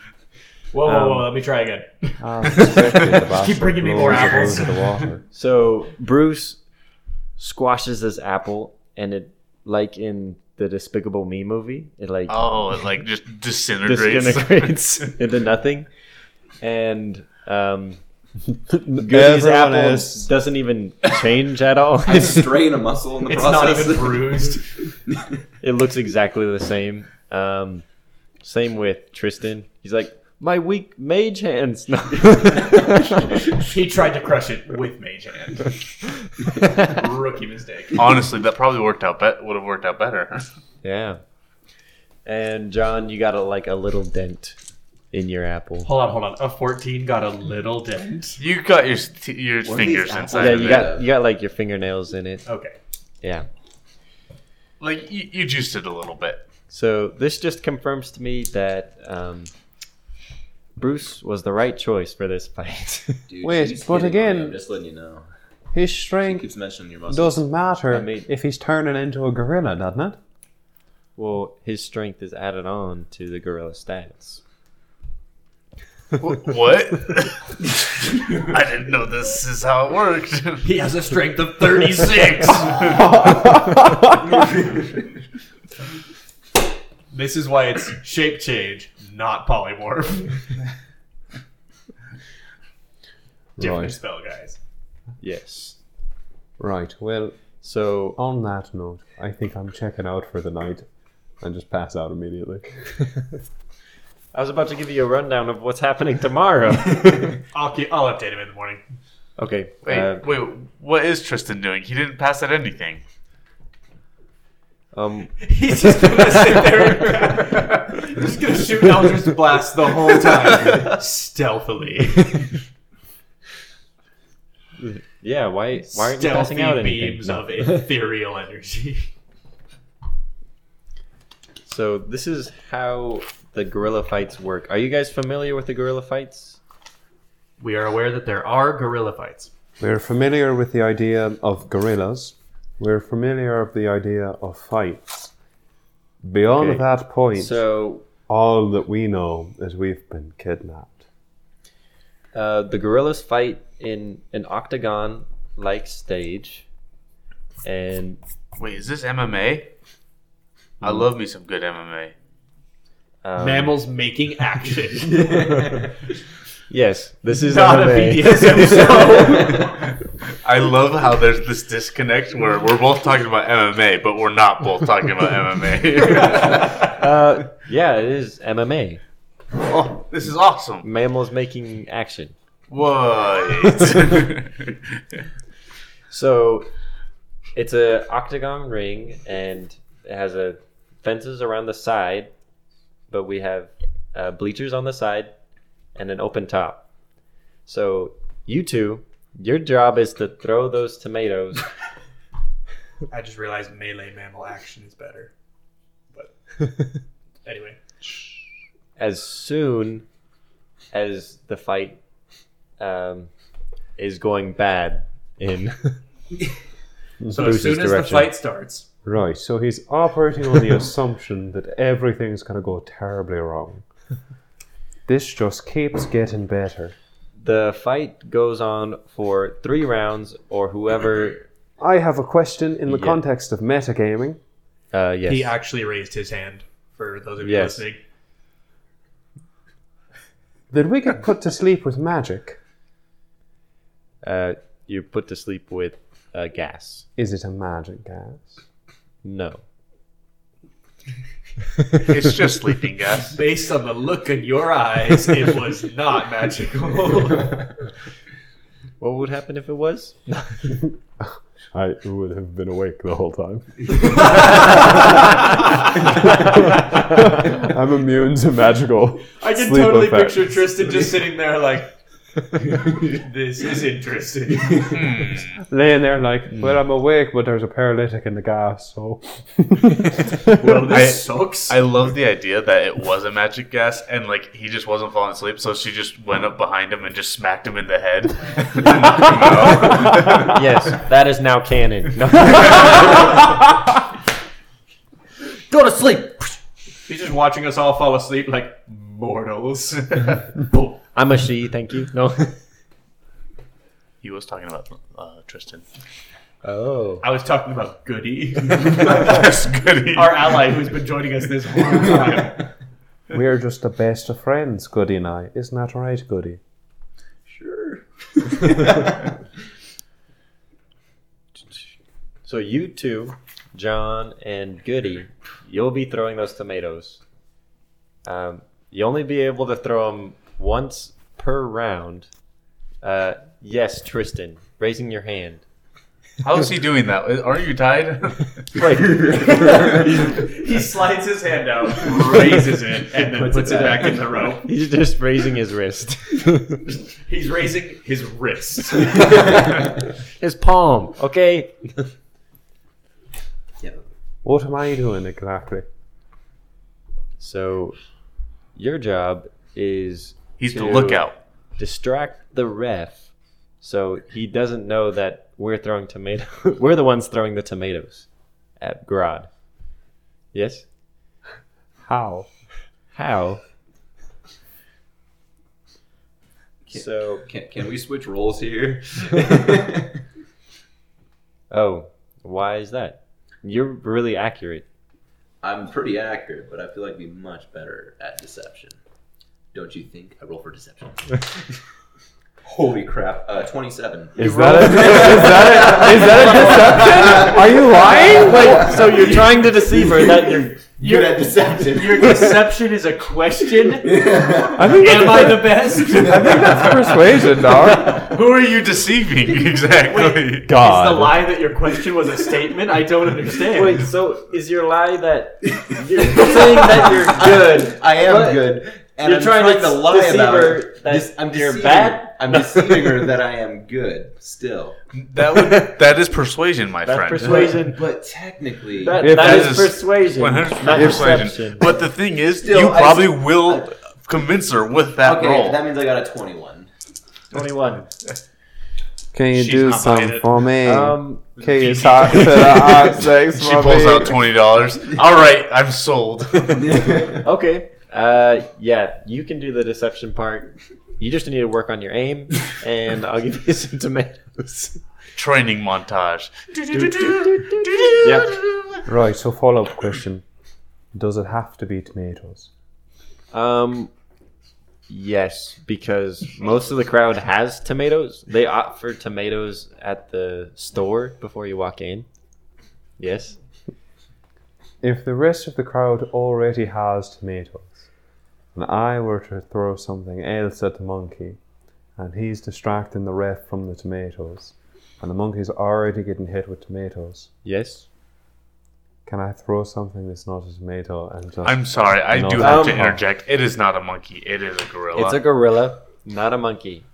C: Whoa, whoa, whoa!
B: Um,
C: let me try again.
F: Ah, Keep
C: bringing me more apples.
F: The water.
B: So, Bruce squashes this apple, and it, like in the Despicable Me movie, it like
D: Oh, it like just
B: [LAUGHS]
F: [LAUGHS]
D: disintegrates.
B: disintegrates into nothing. And um, Goodies
F: Everyone
B: apples
F: is-
B: doesn't even change at
F: [LAUGHS]
B: all.
G: [LAUGHS]
B: [LAUGHS]
G: I strain a muscle in the
C: It's not
G: process.
C: even [LAUGHS] bruised.
B: it looks exactly the same. Um, same with Tristan. He's like, my weak mage hands. [LAUGHS] No.
C: [LAUGHS]
F: [LAUGHS]
C: he tried to crush it with mage hand. Rookie mistake.
D: [LAUGHS] Honestly, that probably worked out. Bet would have worked out better. [LAUGHS]
B: yeah. And John, you got a, like a little dent in your apple.
C: Hold on, hold on. A fourteen got a little dent.
D: You got your st- your
G: What are these
D: fingers
G: apples?
D: inside
B: Yeah,
D: of
B: you
D: it.
B: got you got like your fingernails in it.
C: Okay.
B: Yeah.
D: like you, you juiced it a little bit.
B: So this just confirms to me that um, Bruce was the right choice for this fight. [LAUGHS]
G: Dude,
F: Wait,
G: she's
F: but
G: hitting on
F: again-
G: you, I'm just letting you know.
F: His
G: He
F: strength
G: keeps
B: [LAUGHS]
G: mentioning your muscles.
F: doesn't matter
B: I mean-
F: if he's turning into a gorilla, doesn't it?
B: well, his strength is added on to the gorilla stats.
D: [LAUGHS] What? I didn't know this is how it worked.
C: He has a strength of
B: [LAUGHS]
C: thirty-six. this is why it's shape change, not polymorph. Different
F: Right.
C: spell, guys.
B: Yes.
F: Right. Well,
B: So
F: on that note, I think I'm checking out for the night and just pass
C: [LAUGHS]
F: out immediately.
B: I was about to give you a rundown of what's happening
F: [LAUGHS]
B: tomorrow.
C: I'll keep, I'll update him in the morning. [LAUGHS]
B: okay.
D: [LAUGHS] Wait,
B: uh,
D: wait, what is Tristan doing? He didn't pass at anything.
B: um,
C: He's just gonna sit there. and- [LAUGHS] just gonna shoot Eldritch Blast the whole time, stealthily.
B: yeah. Why? Why aren't you passing
C: Stealthy
B: out anything?
C: beams
B: No.
C: of ethereal energy.
B: So this is how the gorilla fights work. Are you guys familiar with the gorilla fights?
C: We are aware that there are gorilla fights.
F: We're familiar with the idea of gorillas. We're familiar with the idea of fights. Beyond
B: Okay,
F: that point,
B: So
F: all that we know is we've been
C: [LAUGHS]
F: kidnapped.
B: uh, the gorillas fight in an octagon-like stage, and
D: Wait, is this MMA? I love me some good MMA.
B: um,
C: Mammals making action.
B: [LAUGHS] Yes, this is
C: Not a
B: MMA.
C: BDSM show.
D: I love how there's this disconnect where we're both talking about MMA, but we're not both talking about MMA.
B: [LAUGHS] Uh, yeah, it is MMA.
D: [LAUGHS] oh, this is awesome.
B: Mammals making action.
D: [LAUGHS] What?
B: So it's a octagon ring and it has a fences around the side, but we have uh, bleachers on the side and an open top. So you two, your job is to throw those tomatoes.
C: I just realized melee mammal action is better. But anyway,
B: as soon as the fight um, is going bad
F: [LAUGHS]
B: in
C: so
B: Bruce's
C: as soon as the
B: direction.
C: fight starts,
F: Right, so he's operating on the assumption [LAUGHS] that everything's going to go
E: [LAUGHS]
F: terribly wrong. This just keeps getting better.
B: the fight goes on for three rounds or whoever
F: I have a question in the
B: Yeah.
F: context of metagaming.
B: uh, yes
C: he actually raised his hand. For those of you
B: Yes.
C: listening,
F: Did we get put to sleep with magic?
B: uh, you're put to sleep with uh, gas
F: Is it a magic gas?
B: no
D: it's just sleeping gas.
C: based on the look in your eyes, it was not magical.
B: what would happen if it was
E: I would have been awake the whole
F: [LAUGHS]
E: time. I'm immune to magical.
C: I can
E: Sleep
C: totally
E: effect.
C: picture Tristan just sitting there like, this is interesting.
F: [LAUGHS] Laying there like, well, I'm awake, but there's a paralytic in the
E: [LAUGHS]
F: gas, so.
C: well, this
D: I-
C: sucks.
D: I love the idea that it was a magic gas and like he just wasn't falling asleep, so she just went up behind him and just smacked him in the head. to knock him
B: [LAUGHS]
D: out.
B: yes that is now canon No.
C: Go to sleep. He's just watching us all fall asleep like mortals. Boom.
B: [LAUGHS] i'm a she thank you no
D: He was talking about uh, Tristan.
B: oh
C: I was talking about Goody,
D: That's good.
C: our ally who's been joining us this whole time.
F: [LAUGHS] We're just the best of friends, Goody and I. Isn't that right, Goody?
G: Sure.
B: [LAUGHS] So you two, John and Goody, you'll be throwing those tomatoes. Um, you only be able to throw them once per round. Uh, yes, Tristan, raising your hand.
D: How is he doing that? Aren't you tied? [LAUGHS]
B: Like
C: [LAUGHS] he slides his hand out, raises it, and then puts, it back in the row.
B: [LAUGHS] he's just raising his [LAUGHS] wrist,
C: He's raising his wrist.
B: his palm. Okay.
F: What am I doing exactly?
B: So, your job is
D: He's the
B: To-
D: lookout.
B: distract the ref so he doesn't know that we're throwing tomato [LAUGHS] we're the ones throwing the tomatoes at Grodd. Yes?
F: How?
B: How? So
G: Can, can we switch
B: [LAUGHS]
G: roles here?
B: oh, why is that? You're really accurate.
G: I'm pretty accurate, but I feel like I'd be much better at deception. Don't you think? I roll for deception.
F: [LAUGHS]
G: Holy crap! Uh, Twenty-seven.
B: Is
F: that a- is [LAUGHS] that a- is that a deception? Are you lying?
B: Wait, so you're trying to deceive her that you're
G: You're at deception.
C: [LAUGHS] Your
G: [LAUGHS]
C: deception is a question.
F: I think
C: Am I the [LAUGHS] best?
F: I think that's persuasion, dog.
D: Who are you deceiving [LAUGHS] exactly?
F: God.
C: Is the lie that your question was a statement? I don't understand.
B: Wait, so is your lie that [LAUGHS] you're saying that [LAUGHS] you're good?
G: I am
B: What?
G: good. And
B: You're
G: I'm
B: trying
G: trying,
B: to
G: to, lie
B: deceive
G: about
B: her
G: it.
B: that
G: Dis- I'm
B: you're
G: deceiving
B: bad?
G: Her. I'm deceiving her that I am good still.
D: That would, that is persuasion, my
B: That's
D: friend.
B: persuasion.
G: But technically,
B: That,
F: If
B: that
F: that
B: is,
D: is
B: persuasion.
D: One hundred
B: not
D: percent persuasion.
B: deception.
D: But the thing is,
G: Still,
D: you
G: I-
D: probably will convince her with that
G: okay,
D: role.
G: that means I got a twenty-one.
B: [LAUGHS] 21.
F: Can you
D: She's
F: do
D: not buying
F: something
D: it.
F: for me?
B: Um,
F: Can you talk to [LAUGHS] the hot sex
D: she
F: for
D: pulls
F: me?
D: out twenty dollars. All right, I'm sold.
B: okay. Uh, yeah, you can do the deception part. You just need to work on your aim, and I'll give you [LAUGHS] some tomatoes.
D: Training montage.
F: Right, so follow up question. Does it have to be tomatoes?
B: Um, yes, because most of the crowd has tomatoes. They opt for tomatoes at the store before you walk in. Yes.
F: If the rest of the crowd already has tomatoes, and I were to throw something else at the monkey, and he's distracting the ref from the tomatoes, and the monkey's already getting hit with tomatoes,
B: Yes.
F: can I throw something that's not a tomato and just
D: I'm sorry, I
F: No,
D: do
F: that's
D: have to
F: wrong.
D: interject. It is not a monkey. It is a gorilla.
B: Um, It's a gorilla, not a monkey.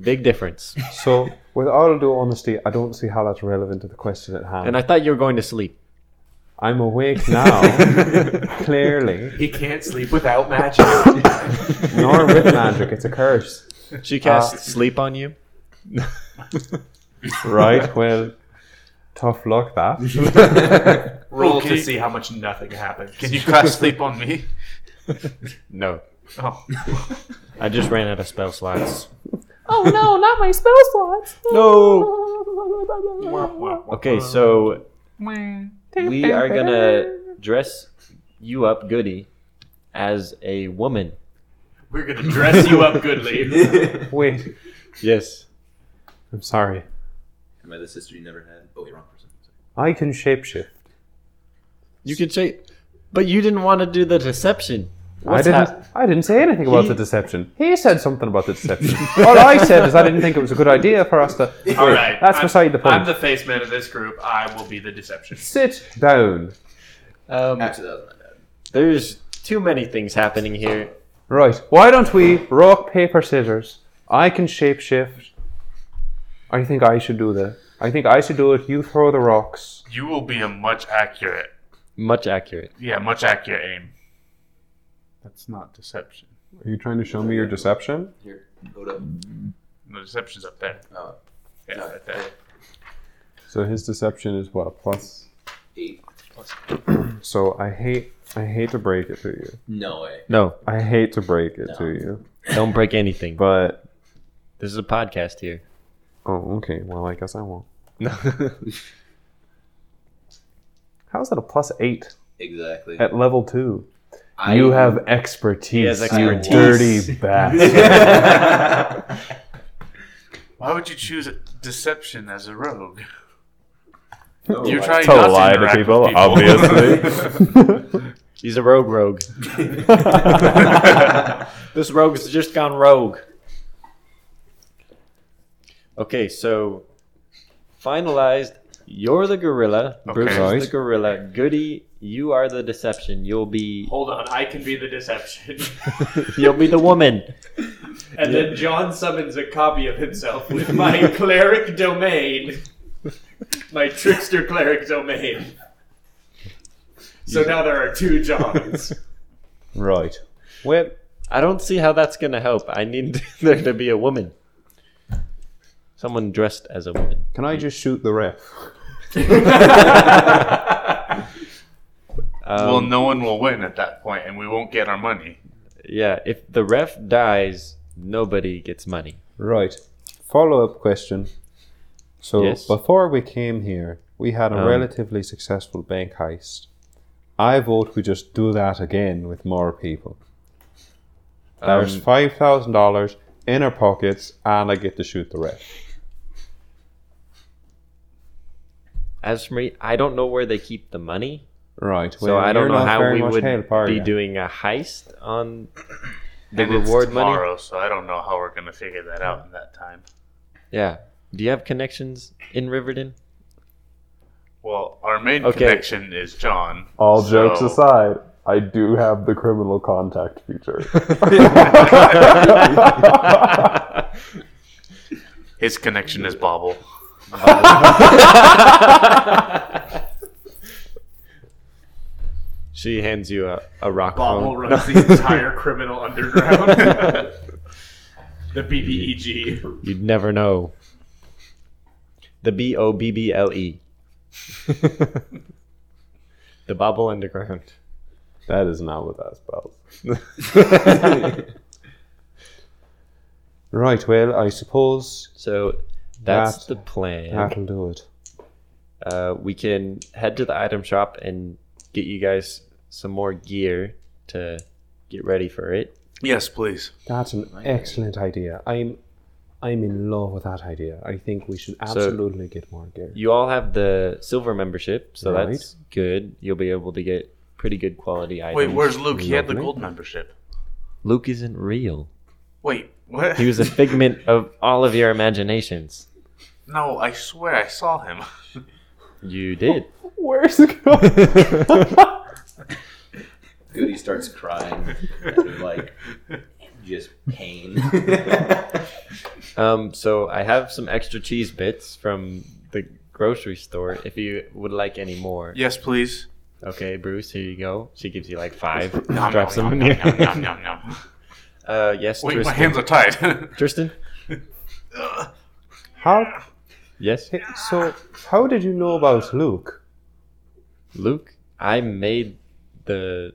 B: Big difference.
F: So, with all due honesty, I don't see how that's relevant to the question at hand.
B: And I thought you were going to sleep.
F: I'm awake
B: [LAUGHS]
F: now, clearly,
C: He can't sleep without magic.
F: nor with magic. It's a curse.
B: She cast sleep on you.
F: Right, well, tough luck that.
B: [LAUGHS]
C: Roll
D: Okay.
C: to see how much nothing happens.
D: Can you cast sleep on me?
B: No.
D: Oh.
B: I just ran out of spell slots.
H: Oh no, not my spell slots.
B: No.
H: No.
B: Okay, so we are gonna dress you up, Goody, as a woman.
C: We're gonna dress you up [LAUGHS] goodly.
F: Wait,
B: Yes.
F: I'm sorry.
G: Am I the sister you never had? Oh, wait, wrong person.
F: I can shapeshift.
B: You could say, but you didn't want to do the deception. What's
F: I didn't.
B: hap-
F: I didn't say anything about
B: He-
F: the deception. He said something about the deception. [LAUGHS] All I said is I didn't think it was a good idea for us
C: [LAUGHS]
F: to.
C: All right,
F: that's
C: I'm-
F: beside the point.
C: I'm the face man of this group. I will be the deception.
F: Sit down.
B: um,
G: Actually, that was my bad.
B: there's too many things happening here.
F: Right. Why don't we rock paper scissors? I can shapeshift. I think I should do that. I think I should do it. You throw the rocks.
D: You will be a much accurate.
B: Much accurate.
D: Yeah, much accurate aim. That's not deception.
F: Are you trying to show me your deception?
G: Here, hold up.
D: No, deception's up there.
G: Oh,
D: Yeah, right there.
F: So his deception is what plus.
G: eight.
F: So I hate. I hate to break it to you.
G: No way.
B: No,
F: I hate to break it to
G: No.
F: you,
B: don't break anything.
F: but
B: This is a podcast here.
F: oh, okay. Well, I guess I won't.
B: No.
F: [LAUGHS] How is that a plus eight
G: Exactly.
F: at level two?
G: I-
F: you have expertise.
B: He has
F: you [LAUGHS]
B: expertise.
F: dirty bastard.
D: Why would you choose deception as a rogue?
G: Oh,
D: You're
G: I-
D: trying
E: To
D: not
E: lie to
D: to, interact
E: people,
D: with people,
E: obviously.
B: He's a rogue rogue. This rogue's just gone rogue. Okay, so finalized. You're the gorilla. Bruce is
F: Nice.
B: the gorilla. Goody, you are the deception. You'll [LAUGHS] be
C: Hold on, I can be the deception. [LAUGHS]
B: you'll be the woman.
C: and then John summons a copy of himself with my [LAUGHS] cleric domain. My trickster cleric domain. So now there are two
D: [LAUGHS]
C: Johns.
E: right.
F: Well,
B: I don't see how that's gonna help. I need [LAUGHS] there to be a woman. Someone dressed as a [LAUGHS] woman.
F: [LAUGHS] can I just shoot the ref?
D: well,
B: Um,
D: no one will win at that point, and we won't get our money.
B: Yeah, if the ref dies, nobody gets money.
F: Right. Follow up question. So
B: Yes.
F: before we came here, we had a
B: Um,
F: relatively successful bank heist. I vote we just do that again with more people. There's
B: Um,
F: five thousand dollars in our pockets, and I get to shoot the ref.
B: As for me, I don't know where they keep the money,
F: Right.
B: so I don't
F: you're
B: know
F: not
B: how
F: very
B: we
F: much
B: would
F: help, are
B: be
F: you?
B: doing a heist on the
D: and
B: reward
D: it's
B: money.
D: tomorrow, so I don't know how we're going to figure that out in that time.
B: Yeah. Do you have connections in
F: [LAUGHS]
B: Riverton?
D: Well, our main
B: Okay.
D: connection is John.
E: All
D: so-
E: jokes aside, I do have the criminal contact
B: [LAUGHS]
E: feature. [LAUGHS]
D: His connection is
B: [LAUGHS]
D: Bobble. [LAUGHS]
B: She hands you a, a rock
C: Bobble
B: phone.
C: runs the entire criminal underground. the
D: E
C: BBEG.
B: You'd never know. The B O B B L E. The Bobble Underground.
E: that is not what that spells.
F: [LAUGHS] Right. Well, I suppose
B: So that's
F: That-
B: the plan.
F: that'll do it.
B: Uh, we can head to the item shop and get you guys some more gear to get ready for it.
D: Yes, please.
F: That's an excellent idea. I'm, I'm in love with that idea. I think we should absolutely get more gear.
B: You all have the silver membership, so
F: Right.
B: that's good. You'll be able to get pretty good quality items.
D: Wait, where's Luke? He had the
F: Lovely.
D: gold membership.
B: Luke isn't real.
D: Wait, what?
B: He was a
D: [LAUGHS]
B: figment of all of your imaginations.
D: No, I swear I saw him.
B: [LAUGHS] You
D: [LAUGHS]
B: did.
F: Where's the
G: Goody starts crying, like just
B: [LAUGHS]
G: pain.
B: [LAUGHS] Um, so I have some extra cheese bits from the grocery store. If you would like any more,
D: Yes, please.
B: okay, Bruce, here you go. She gives you like five.
D: [LAUGHS] Nom,
B: Drop some
D: nom,
B: in
D: nom,
B: here.
D: nom, nom, nom, nom.
B: [LAUGHS] Uh, yes,
D: Wait, my
B: Tristan.
D: hands are tied. [LAUGHS]
B: Tristan.
F: How?
B: Yes,
F: So, how did you know about Luke?
B: Luke. I made the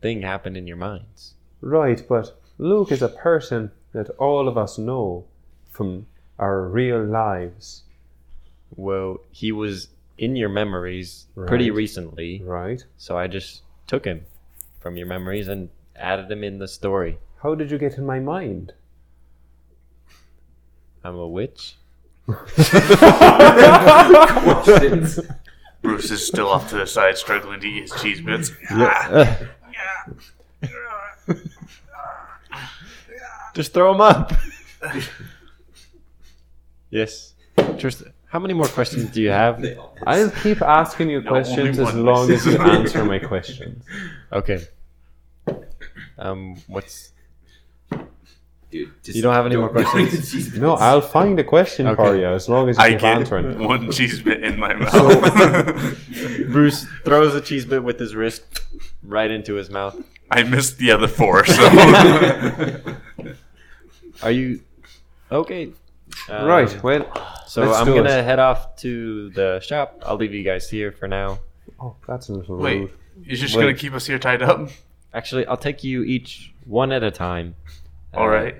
B: thing happen in your minds.
F: Right, but Luke is a person that all of us know from our real lives.
B: Well, he was in your memories pretty
F: Right.
B: recently,
F: Right.
B: so I just took him from your memories and added him in the story.
F: How did you get in my mind?
B: I'm a witch.
D: Bruce is still off to the side, struggling to eat his cheese
B: [LAUGHS]
D: bits.
B: Just throw him up. yes. Tristan, how many more questions do you have?
F: I'll keep asking you questions as long as you answer my questions.
B: Okay. Um, what's
G: Dude, just
B: you don't have any more questions?
G: [LAUGHS]
F: No, I'll find a question for
B: Okay.
F: you as long as you
D: I
F: keep
D: get
F: answering.
D: [LAUGHS]
F: it.
D: one cheese bit in my mouth. [LAUGHS]
B: Bruce throws a cheese bit with his wrist right into his mouth.
D: I missed the other four,
B: [LAUGHS]
D: so
E: Um,
B: Are you okay? Um,
F: Right. Well,
B: So
F: let's
B: I'm
F: do
B: gonna
F: it.
B: head off to the shop. I'll leave you guys here for now.
F: oh, that's a little
D: wait,
F: rude.
D: you're just
F: Wait.
D: gonna keep us here tied up?
B: Actually, I'll take you each one at a time. Uh,
D: All right.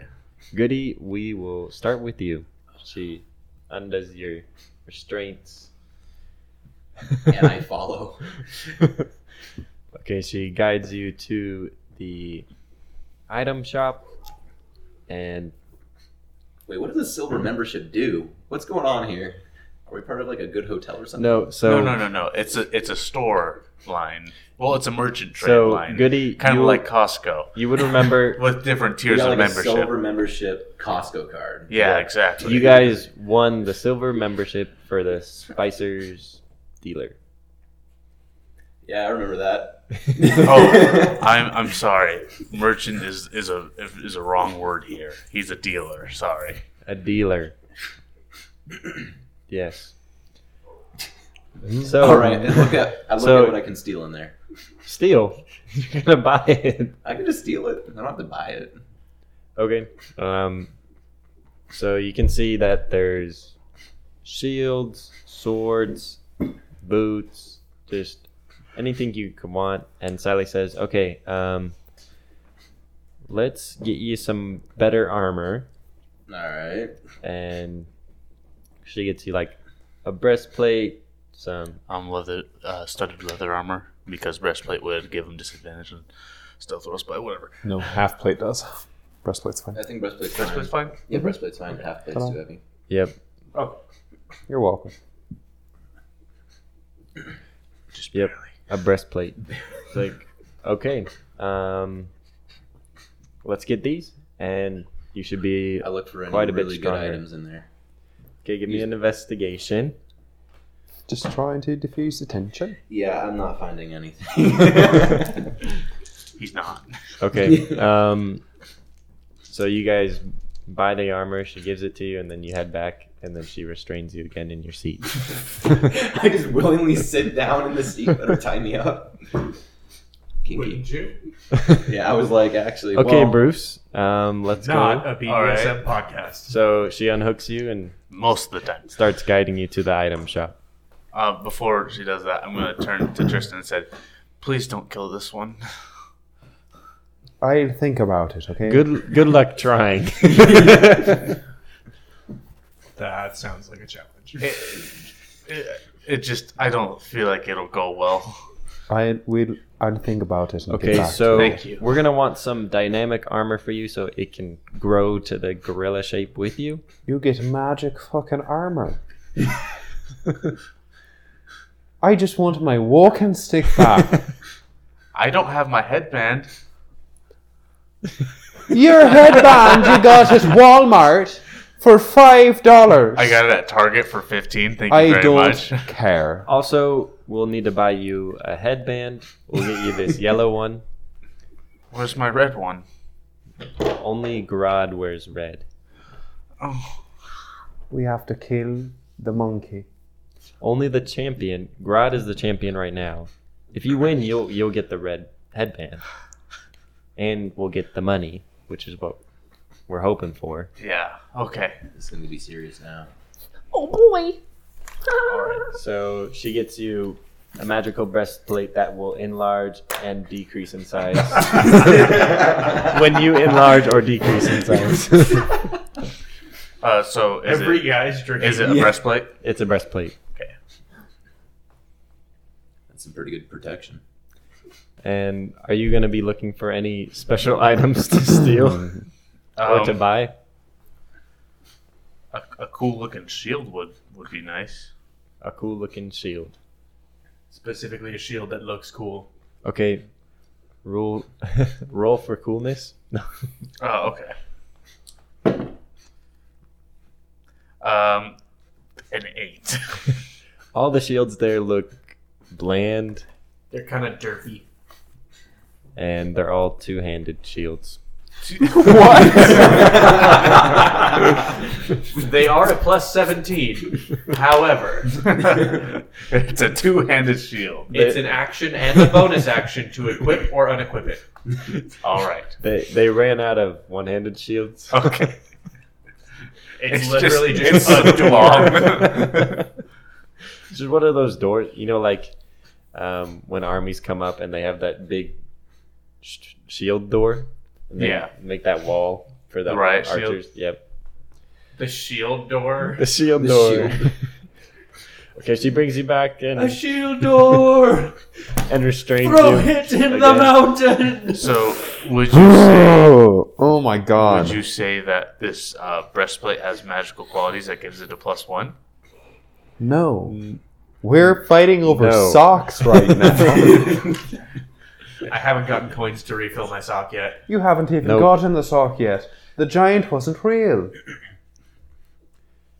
B: Goody, we will start with you. She undoes your restraints. [LAUGHS]
G: and I follow.
B: Okay, she guides you to the item shop, and
G: wait, what does the silver membership do? What's going on here? Are we part of like a good hotel or something?
B: No, so
D: no, no, no, no. It's a it's a store line. Well, it's a merchant trade
B: so
D: line.
B: Goody,
D: kind
B: you,
D: of like Costco
B: you would remember.
D: with different
G: We
D: tiers
G: got
D: of
G: like a
D: membership.
G: silver membership Costco card.
D: yeah, exactly.
B: you guys won the silver membership for the Spicer's dealer.
G: Yeah, I remember that.
B: [LAUGHS]
D: oh, I'm I'm sorry. Merchant is is a is a wrong word here. He's a dealer. Sorry.
B: A
G: [CLEARS THROAT]
B: dealer. yes. So
G: Mm-hmm. [LAUGHS] All right, I look at I look
B: Oh. So-
G: at what I can steal in there.
B: steal. [LAUGHS] You're gonna buy it.
G: I can just steal it. I don't have to buy it.
B: Okay. Um, so you can see that there's shields, swords, boots, just anything you could want. And Sally says, "Okay, um, let's get you some better armor."
G: All right.
B: And she gets you like a breastplate, some
D: Um, leather uh, studded leather armor because breastplate would give him disadvantage and stealth rolls, but whatever.
E: No, half plate does. Breastplate's fine.
G: I think breastplate's fine.
D: Breastplate's fine.
G: Yeah, breastplate's fine. Half plate's too heavy.
B: yep,
E: You're welcome.
D: Just
B: Yep.
D: barely.
B: a breastplate. It's like, okay, um, let's get these, and you should be
G: I look for any
B: Quite a bit
G: really good
B: stronger.
G: items in there.
B: okay. Give me an investigation.
E: Just trying to diffuse the tension.
G: Yeah, I'm not finding anything.
D: He's not.
B: [LAUGHS] Okay. um, so you guys buy the armor. She gives it to you, and then you head back, and then she restrains you again in your seat.
G: [LAUGHS] I just willingly sit down in the seat. Let her tie me up. Kinky.
C: Wouldn't you?
G: Yeah, I was like,
B: [LAUGHS]
G: actually.
B: okay,
G: well,
B: Bruce. Um, let's
C: Not
B: go.
C: a
D: All right.
C: BDSM podcast.
B: So she unhooks you and
D: Most of the time.
B: starts guiding you to the item shop.
D: Uh, before she does that, I'm gonna turn to Tristan and said, "Please don't kill this one."
E: I'll think about it, okay?
B: Good. Good luck trying.
C: That sounds like a challenge.
D: It, it, it just I don't feel like it'll go well.
E: I will I'll think about it and get
B: Okay,
E: back to
B: so
D: Thank you.
B: we're gonna want some dynamic armor for you, so it can grow to the gorilla shape with you.
E: You get magic fucking armor. [LAUGHS] I just want my walking stick
D: [LAUGHS]
E: back.
D: I don't have my headband.
E: Your headband you got at Walmart for five dollars.
D: I got it at Target for fifteen. Thank you
E: I
D: very
E: don't
D: much. [LAUGHS]
E: care.
B: Also, we'll need to buy you a headband. We'll get you this yellow one.
D: Where's my red one?
B: Only Grod wears red.
D: Oh,
E: We have to kill the monkey.
B: Only the champion. Grodd is the champion right now. If you win, you'll you'll get the red headband, and we'll get the money, which is what we're hoping for.
D: yeah. Okay.
G: It's going to be serious now.
H: Oh boy. [LAUGHS]
B: So she gets you a magical breastplate that will enlarge and decrease in
G: [LAUGHS]
B: size when you enlarge or decrease in size.
D: Uh, so is
C: Every
D: it
C: guy's drinking.
D: is it a breastplate?
B: It's a breastplate,
G: That's some pretty good protection.
B: and are you going to be looking for any special [LAUGHS] items to steal or to
D: Um,
B: buy?
D: a, a cool looking shield would would be nice.
B: A cool looking shield.
C: Specifically, a shield that looks cool.
B: Okay. Roll [LAUGHS] roll for coolness. No.
D: Oh, okay. Um, an
E: [LAUGHS]
D: eight. [LAUGHS]
B: All the shields there look bland
C: They're kind of derpy.
B: and they're all two-handed shields.
C: They are a plus 17.
D: [LAUGHS]
C: However,
D: it's a two-handed shield.
C: it's an action and a bonus action to equip or unequip it.
D: All right.
B: They they ran out of one-handed shields.
D: Okay.
C: It's, literally just,
D: it's
C: a
D: a [LAUGHS] dorm.
B: It's just one of those doors, you know like um, when armies come up and they have that big sh- shield door and they
D: Yeah.
B: make that wall for the
D: Riot shield.
B: archers. Yep.
C: the shield door.
B: The shield
G: The
B: door.
G: shield.
B: [LAUGHS] okay, she brings you back
C: A
B: and
C: shield door.
B: and restrains
C: Throw
B: you.
C: it in the
B: Again.
C: mountain.
D: So Would you say?
F: oh, oh my god.
D: Would you say that this uh, breastplate has magical qualities that gives it a plus one?
F: [LAUGHS] no. We're fighting over
E: No.
F: socks
B: [LAUGHS]
F: right now.
C: I haven't gotten coins to refill my sock yet.
F: you haven't even
B: Nope.
F: gotten the sock yet. The giant wasn't real.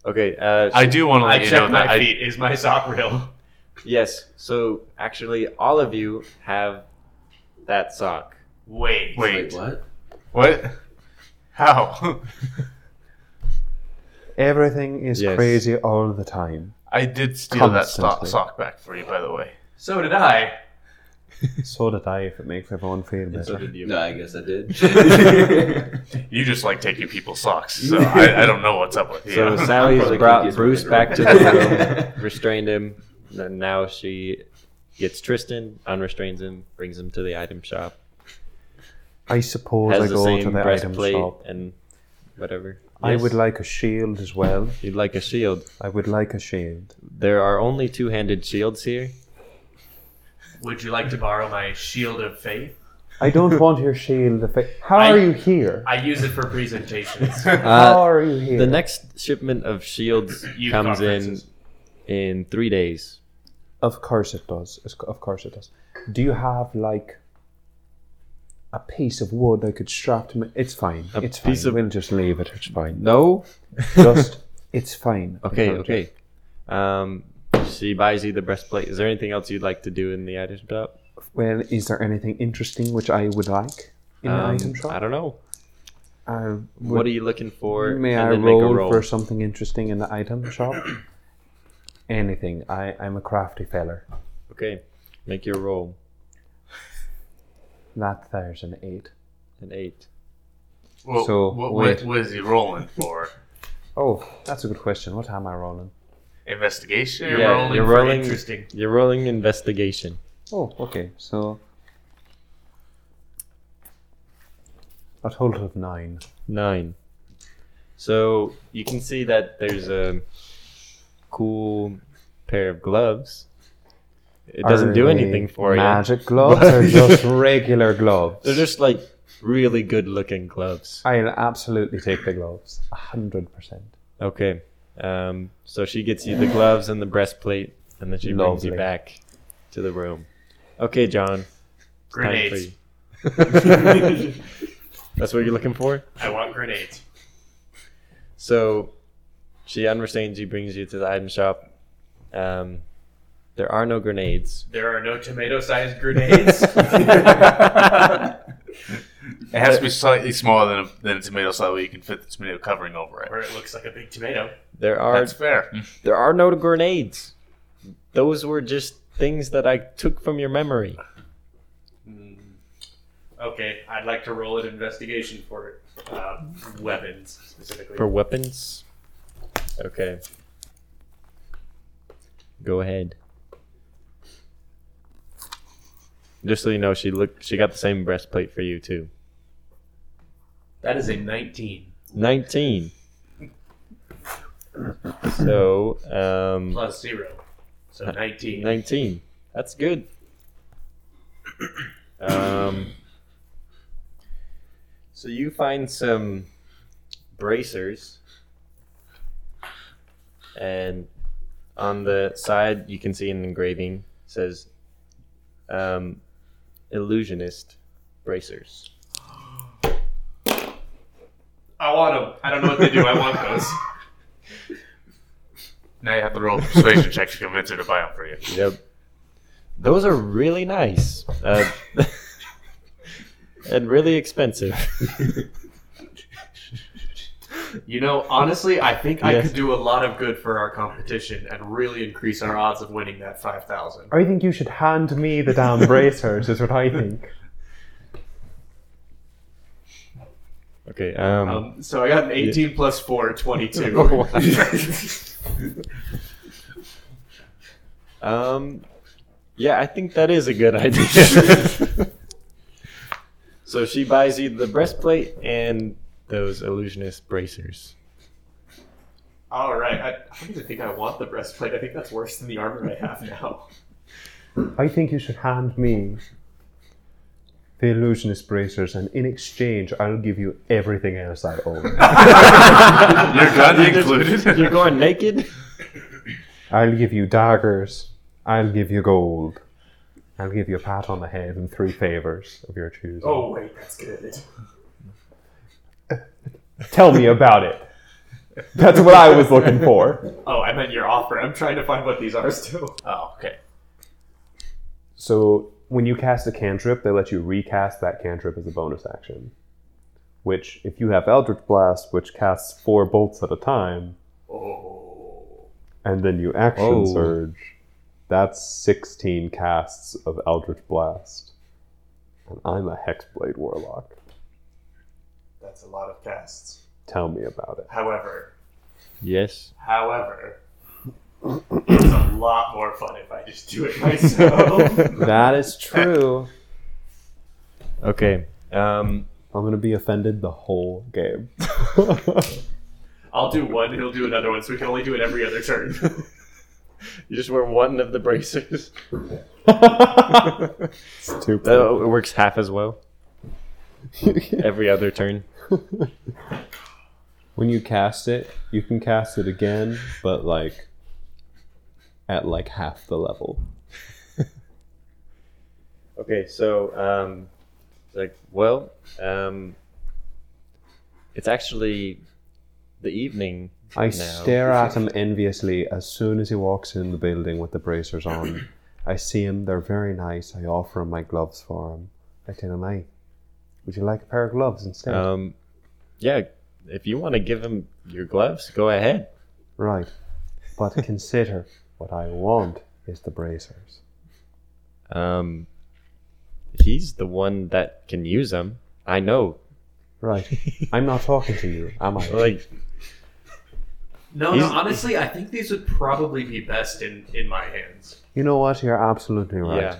B: Okay. Uh,
D: I do want to
C: I
D: let you know
C: checked
D: that
C: my
D: I,
C: feet. Is my sock real?
B: yes. So actually, all of you have that sock.
C: Wait.
D: wait.
G: what?
D: what? How? [LAUGHS]
F: Everything is
B: Yes.
F: crazy all the time.
D: I did steal that sock,
F: Constantly.
D: sock back for you, by the way.
C: So did I.
F: So did I, if it makes everyone feel better.
G: No, I guess I did.
D: You just like taking people's socks, so I, I don't know what's up with you. [LAUGHS]
B: So Sally's
G: probably
B: brought
G: confused
B: Bruce
G: with
B: back to
G: [LAUGHS] everyone.
B: the room, restrained him. And now she gets Tristan, unrestrains him, brings him to the item shop,
F: I suppose
B: has
F: I
B: the
F: go to
B: same
F: the item
B: breastplate
F: shop.
B: and whatever.
F: I
B: Yes,
F: would like a shield as well.
B: You'd like a shield.
F: I would like a shield.
B: There are only two-handed shields here.
C: Would you like to borrow my shield of faith?
F: I
B: [LAUGHS]
F: don't want your shield. If I- How
C: I-
F: are you here?
C: I use it for
B: [LAUGHS]
C: presentations.
F: How are you here?
B: Uh, The next shipment of shields
C: Youth
B: comes in
C: conferences.
B: in three days.
F: Of course it does. It's- Of course it does. Do you have like a piece of wood I could strap to my? It's fine.
B: A
F: it's
B: piece
F: fine.
B: of-
F: We'll just leave it. It's fine.
B: No. [LAUGHS]
F: Just it's fine.
B: Okay.
F: Because
B: Okay. Um, she buys you the breastplate. Is there anything else you'd like to do in the item shop?
F: if- Well, is there anything interesting which I would like in the
B: Um,
F: item shop?
B: I don't know.
F: Uh,
B: What are you looking for?
F: May
B: and
F: I
B: then
F: roll,
B: make a roll.
F: for something interesting in the item shop? [CLEARS THROAT] Anything. I, I'm a crafty feller.
B: Okay. Make your roll.
F: That there's an eight.
B: An eight.
D: Well,
F: so,
D: what,
F: wait.
D: what, what is he rolling for?
F: Oh, that's a good question. What am I rolling?
D: Investigation?
B: Yeah,
D: rolling
B: you're
D: for
B: rolling.
C: Interesting.
B: You're rolling investigation.
F: Oh, okay. So a total of nine.
B: Nine. So you can see that there's a cool pair of gloves. It doesn't
F: Are
B: do
F: they
B: anything for you. [LAUGHS]
F: Magic gloves
B: But-
F: are just regular gloves.
B: They're just like really good looking gloves.
F: I'll absolutely take the gloves. A hundred percent.
B: Okay. Um, so she gets you the gloves and the breastplate, and then she brings you
F: Lovely.
B: back to the room. Okay, John. it's time for
C: Grenades.
B: you. [LAUGHS] That's what you're looking for?
C: I want grenades.
B: So she unrestrains you, brings you to the item shop. Um, there are no grenades.
C: [LAUGHS] There are no
B: [LAUGHS]
C: tomato-sized grenades.
D: It has to be slightly smaller than a, than a tomato salad where you can fit the tomato covering over it.
C: Where it looks like a big tomato.
B: There are
D: That's fair.
B: there are no grenades. Those were just things that I took from your memory.
C: Hmm. Okay, I'd like to roll an investigation for uh, weapons specifically.
B: For weapons? Okay. Go ahead. Just so you know, she looked she got the same breastplate for you too.
C: that is a 19
B: Nineteen. So, um
C: plus zero, so 19.
B: nineteen. That's good. Um so you find some bracers and on the side you can see an engraving It says um, illusionist bracers
C: I want them. I don't know what they do. I want those.
D: Now you have to roll a persuasion check to convince her to buy them for you.
B: yep those are really nice [LAUGHS] uh, and really expensive
C: You know, honestly, I think I
B: Yes.
C: could do a lot of good for our competition and really increase our odds of winning that 5,000.
F: I think you should hand me the damn
B: [LAUGHS]
F: bracers, is what I think.
B: okay um,
C: Um, so I got an 18 plus 4, 22.
B: um yeah i think that is a [LAUGHS] good idea so she buys you the breastplate and those illusionist bracers
C: [LAUGHS]
D: [LAUGHS]
C: All right. I, I don't even think I want the breastplate. I think that's worse than the armor I have now.
F: I think you should hand me the illusionist bracers, and in exchange, I'll give you everything else
B: [LAUGHS]
F: I own.
D: Your gun included.
B: You're going naked?
F: I'll give you daggers. I'll give you gold. I'll give you a pat on the head and three favors of your choosing.
C: Oh wait, that's good.
F: Tell me about it. That's what I was looking for.
C: Oh, I meant your offer. I'm trying to find what these are still. [LAUGHS]
D: oh, okay.
F: So when you cast a cantrip, they let you recast that cantrip as a bonus action. Which, if you have Eldritch Blast, which casts four bolts at a time,
C: Oh,
F: and then you action
B: Whoa.
F: surge, that's 16 casts of Eldritch Blast. And I'm a Hexblade Warlock.
C: That's a lot of casts.
F: Tell me about it.
C: However,
B: Yes.
C: however, it's a lot more fun if I just do it [LAUGHS] myself.
F: That is true.
B: Okay. Um,
F: [LAUGHS] I'm going to be offended the whole game.
C: I'll do one, he'll do another one, so we can only do it every other turn.
B: [LAUGHS] you just wear one of the bracers.
F: Stupid.
B: That it works half as
F: [LAUGHS]
B: well. Every other turn.
F: when you cast it, you can cast it again, but like at like half the level.
B: Okay, so um, it's like, well, um, it's actually the evening.
F: I
B: now.
F: stare at him enviously as soon as he walks in the building with the bracers on. I see him, they're very nice. I offer him my gloves for him. I tell him, hey, would you like a pair of gloves instead?
B: Um, yeah, if you want to give him your gloves, go ahead.
F: right.
B: [LAUGHS]
F: But consider what I want is the bracers.
B: Um, he's the one that can use them. I know.
F: Right. I'm not talking to you, am I?
B: [LAUGHS] Like,
C: No,
B: He's-
C: no, honestly, I think these would probably be best in, in my hands.
F: You know what? You're absolutely right.
B: yeah.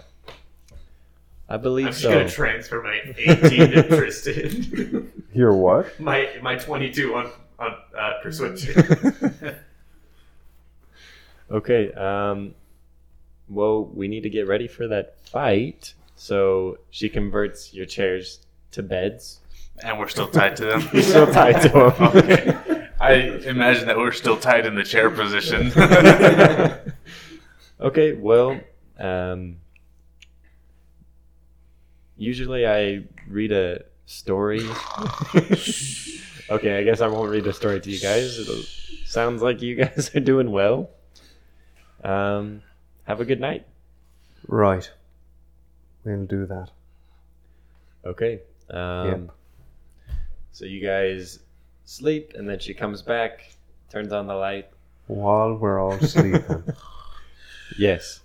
B: I
C: I'm
B: believe
C: just
B: so.
C: gonna transfer my [LAUGHS] 18 to Tristan.
F: You're what?
C: [LAUGHS] my my 22 on on uh, persuasion.
B: [LAUGHS] okay. Um, well, we need to get ready for that fight. So she converts your chairs to beds.
D: And we're still tied to them.
B: You're still tied to him. [LAUGHS]
C: [LAUGHS]
D: [LAUGHS] Okay. I imagine that we're still tied in the chair [LAUGHS] position.
B: [LAUGHS] Okay, well, um, usually I read a story. okay, I guess I won't read a story to you guys. It sounds like you guys are doing well. Um, have a good night.
F: Right. We'll do that.
B: Okay. Um, So you guys sleep, and then she comes back, turns on the light.
F: While we're
B: [LAUGHS]
F: all sleeping,
B: Yes.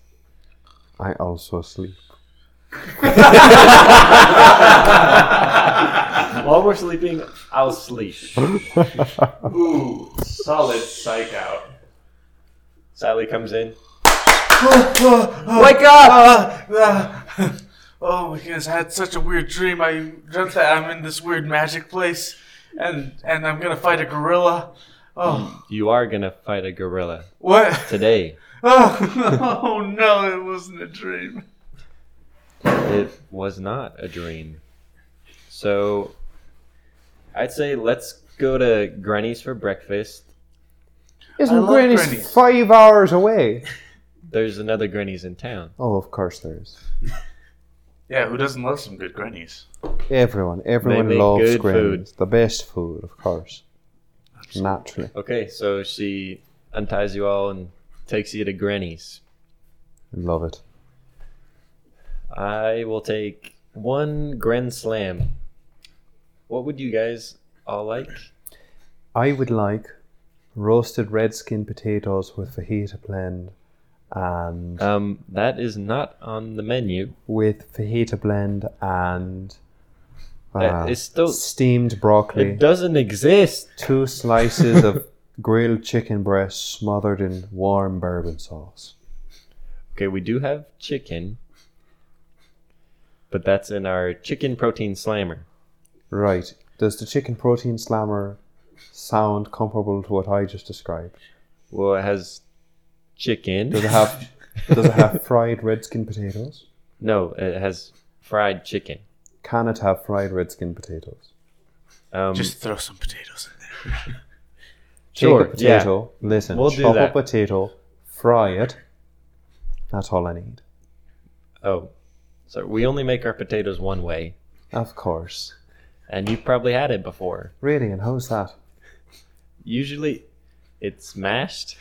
F: I
B: [LAUGHS]
F: also sleep.
B: While we're sleeping, I'll sleep.
C: Ooh, solid psych out.
B: Sally comes in.
D: Wake up! uh, oh my goodness, I had such a weird dream. I dreamt that I'm in this weird magic place and and I'm gonna fight a gorilla. Oh
B: You are gonna fight a gorilla
D: what?
B: today.
D: Oh, [LAUGHS] oh no, it wasn't a dream.
B: It was not a dream. So I'd say let's go to Granny's for breakfast.
F: Isn't
D: love
F: Granny's
D: Granny's.
F: five hours away?
B: There's another Granny's in town.
F: Oh, of course there is.
D: Yeah, who doesn't love some good grannies?
F: Everyone, everyone
B: make
F: loves
B: good
F: Granny's. The best food, of course. Naturally.
B: Okay, so she unties you all and takes you to Granny's.
F: Love it.
B: I will take one Grand Slam. What would you guys all like?
F: I would like roasted red skin potatoes with fajita blend and
B: Um, that is not on the menu.
F: with fajita blend and
B: That
F: uh,
B: is still
F: steamed broccoli.
B: it doesn't exist.
F: two slices of [LAUGHS] grilled chicken breast smothered in warm bourbon sauce.
B: Okay, we do have chicken, but that's in our chicken protein slammer.
F: Right. Does the chicken protein slammer sound comparable to what I just described?
B: Well, it has chicken.
F: Does it have does it have fried red skin potatoes?
B: no, it has fried chicken.
F: Can it have fried red skin potatoes?
B: Um,
D: Just throw some potatoes in there.
B: Sure,
F: Take a potato. Listen,
B: We'll do
F: chop
B: that.
F: a potato, fry it. That's all I need.
B: oh, so we only make our potatoes one way,
F: Of course.
B: and you've probably had it before.
F: Really, and how's that?
B: Usually, it's mashed.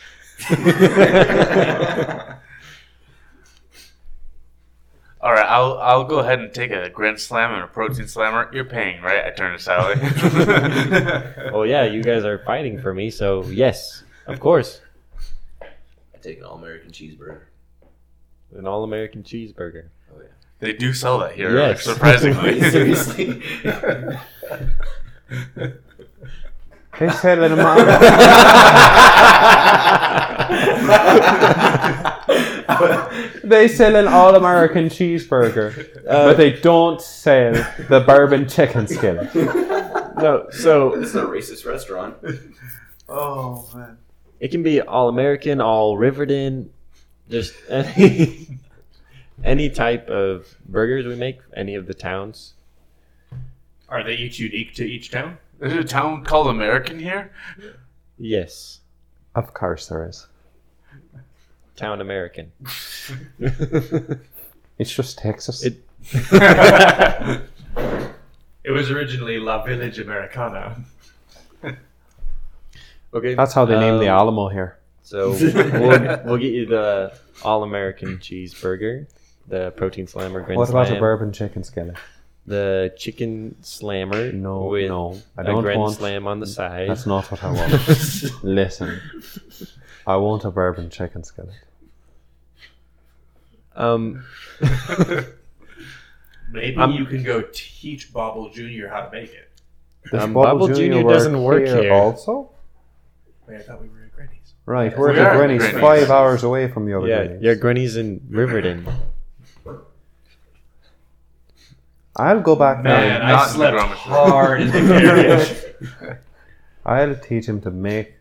D: All right, I'll I'll go ahead and take a grand slam and a protein slammer. You're paying, right? I turn to Sally.
B: [LAUGHS] Oh yeah, you guys are fighting for me, so yes, of course,
I: I take an all American cheeseburger.
B: [LAUGHS] an all-American cheeseburger.
I: Oh yeah.
D: they do sell that here,
B: Yes. [LAUGHS]
D: surprisingly.
I: Seriously.
G: They sell it in my. they sell an all-American cheeseburger,
B: Uh,
G: but they don't sell the bourbon chicken skillet. [LAUGHS]
B: No, so
I: this is a racist restaurant.
D: oh man.
B: it can be all-American, all Riverton, just [LAUGHS] any any type of burgers we make, any of the towns.
C: Are they each unique to each [LAUGHS] town?
D: Is there a town called American here?
B: Yes,
F: Of course there is.
B: town American.
F: It's just Texas.
B: It-
C: It was originally La Village Americana.
B: Okay,
F: That's how they name the
B: um,
F: Alamo here.
B: So we'll, we'll get you the all-American cheeseburger, the protein slammer, grand
F: What about
B: slam,
F: a bourbon chicken skillet?
B: the chicken slammer.
F: No,
B: with
F: no, I
B: a
F: don't
B: grand
F: want-
B: slam on the side.
F: That's not what I
B: [LAUGHS]
F: want. Listen, I want a bourbon chicken skillet.
B: Um,
C: Maybe
B: I'm-
C: you can go teach Bobble Jr. how to make it.
F: Does
B: Um, Bobble Jr.
F: work
B: doesn't work here.
F: Also,
C: Wait, I thought we were at Granny's.
F: right? We're
D: We
F: at
D: are
F: Granny's,
D: Granny's.
F: five hours away from the other
B: yeah,
F: Granny's.
B: your granny's in Riverton.
F: I'll go back there.
C: Man, I
D: not in the
C: slept
D: drum machine.
C: hard in the carriage.
F: I'll teach him to make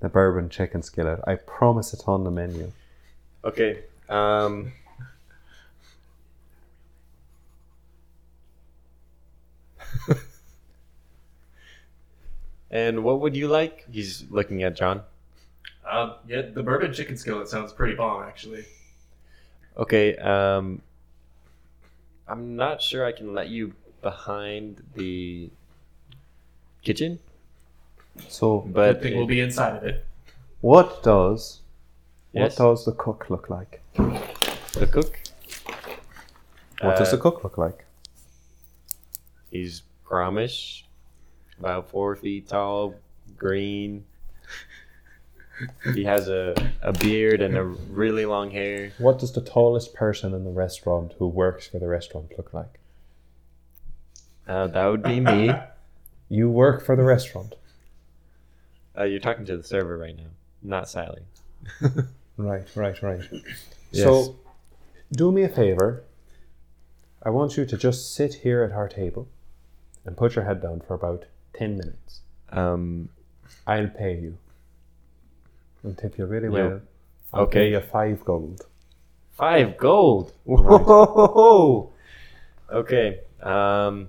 F: the bourbon chicken skillet. I promise it's on the menu.
B: Okay. Um. [LAUGHS] and what would you like? He's looking at John.
C: [LAUGHS] um, yeah, the bourbon chicken skillet sounds pretty bomb, actually.
B: Okay. Um. I'm not sure I can let you behind the kitchen,
F: So,
C: But
B: but
C: thing we'll be inside of it.
F: what does
B: yes,
F: what does the cook look like?
B: the cook.
F: What does
B: Uh,
F: the cook look like?
B: He's Gromish, about four feet tall, green. He has a, a beard and a really long hair.
F: What does the tallest person in the restaurant who works for the restaurant look like?
B: Uh, that would be me.
F: You work for the restaurant,
B: Uh, you're talking to the server right now, not Sally.
F: right? Right? Right.
B: Yes.
F: So, do me a favor. I want you to just sit here at our table and put your head down for about 10 minutes.
B: Um,
F: I'll pay you. I'll tip you really
B: Yeah.
F: well. I'll
B: Okay.
F: pay you five gold.
B: five gold. Whoa. Okay. Um,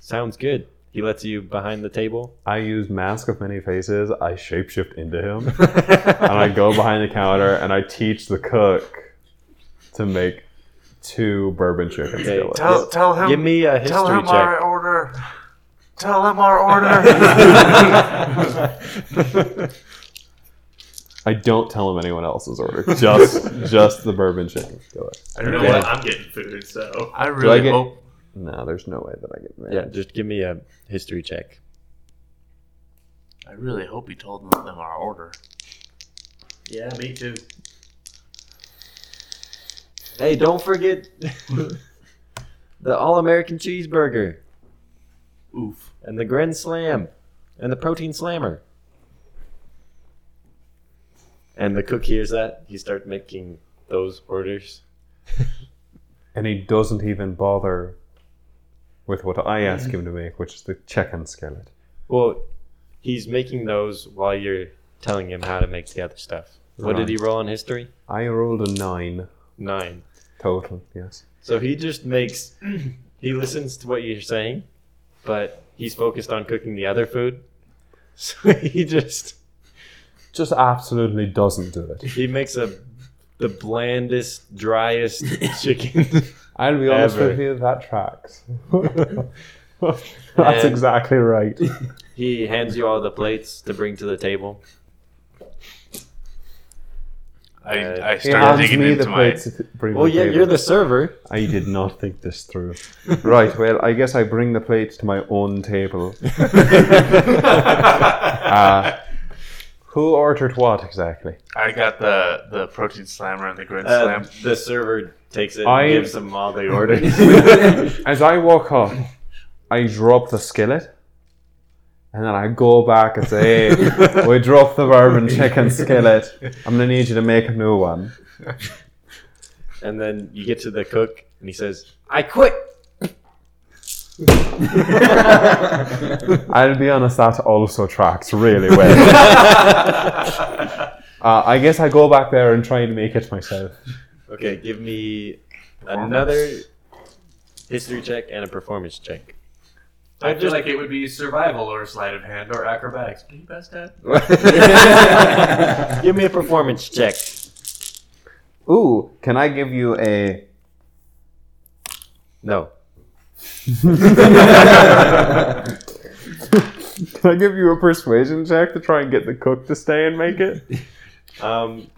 B: sounds good. He lets you behind the
D: [LAUGHS]
B: table.
F: I use Mask of Many Faces. I shapeshift into him. and I go behind the counter and I teach the cook to make two bourbon chicken skillets.
D: Tell tell him
B: Give me a
D: tell
B: history
D: him our
B: check.
D: order. Tell him our [LAUGHS] order. [LAUGHS]
F: I don't tell him anyone else's order. Just just the bourbon chicken skillet.
D: I
C: You know
D: really,
C: what? I'm getting food, so.
D: I really
F: get-
D: hope
F: No, there's no way that I get mad.
B: Yeah, just give me a history check.
D: I really hope he told them our order.
C: Yeah, me too.
B: Hey, don't forget [LAUGHS] the All American Cheeseburger
D: Oof.
B: and the Grand Slam and the Protein Slammer. And the cook hears that. He starts making those orders.
F: and he doesn't even bother with what I ask him to make, which is the chicken skillet.
B: Well, he's making those while you're telling him how to make the other stuff. What did he roll on history?
F: I rolled a nine
B: Nine.
F: total. Yes,
B: So he just makes [CLEARS THROAT] He listens to what you're saying, but he's focused on cooking the other food. [LAUGHS] So he just
F: Just absolutely doesn't do it.
B: he makes a the blandest, driest chicken.
F: I'll be honest
B: Ever.
F: with you,
B: [LAUGHS]
F: that tracks. That's
B: And-
F: exactly
B: [LAUGHS]
F: right.
B: he hands you all the plates to bring to the table.
D: I,
B: Uh,
D: I
F: He
D: started
F: hands
D: digging
F: me
D: into
F: the
D: my.
F: plates. to bring
B: Well,
F: to the
B: Oh, yeah,
F: table.
B: you're the [LAUGHS] server.
F: I did not think this
B: [LAUGHS]
F: through. right, well, I guess I bring the plates to my own
B: [LAUGHS]
F: table. [LAUGHS] Uh, who ordered what exactly?
D: I got the the protein slammer and the grid
B: Uh,
D: slam.
B: the server takes it
F: I-
B: and gives them all the [LAUGHS] orders.
F: [LAUGHS] As I walk up, I drop the skillet, and then I go back and say, hey, we dropped the bourbon chicken skillet. I'm going to need you to make a new one.
B: and then you get to the cook and he says, I quit.
F: I'll be honest, that also tracks really well.
B: [LAUGHS]
F: uh, I guess I go back there and try and make it myself.
B: [LAUGHS] Okay, give me another history check and a performance [LAUGHS] check.
C: I feel like it would be survival or sleight of hand or acrobatics. What are you best at?
B: Give me a performance check.
F: Ooh, can I give you a [LAUGHS]
B: No.
F: Can I give you a persuasion check to try and get the cook to stay and make it?
B: Um,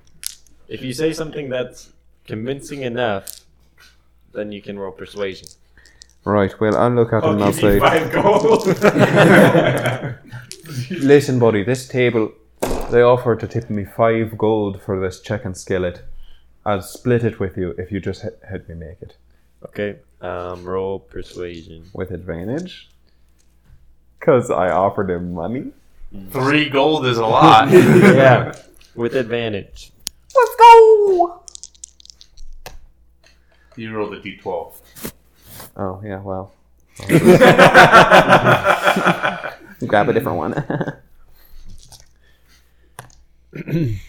B: if you say something that's convincing enough, then you can roll persuasion.
F: Right, well, I'll look at him and I'll say,
C: Five gold.
F: [LAUGHS] listen, buddy, this table, they offered to tip me five gold for this chicken skillet. I'll split it with you if you just he- help me make it.
B: Okay. Um, roll persuasion.
F: With advantage? Because I offered him money.
D: Three gold is a
B: [LAUGHS]
D: lot.
B: yeah, [LAUGHS] with advantage.
H: Let's go.
D: you rolled a d12.
F: Oh, yeah, [LAUGHS] well. Grab a different one.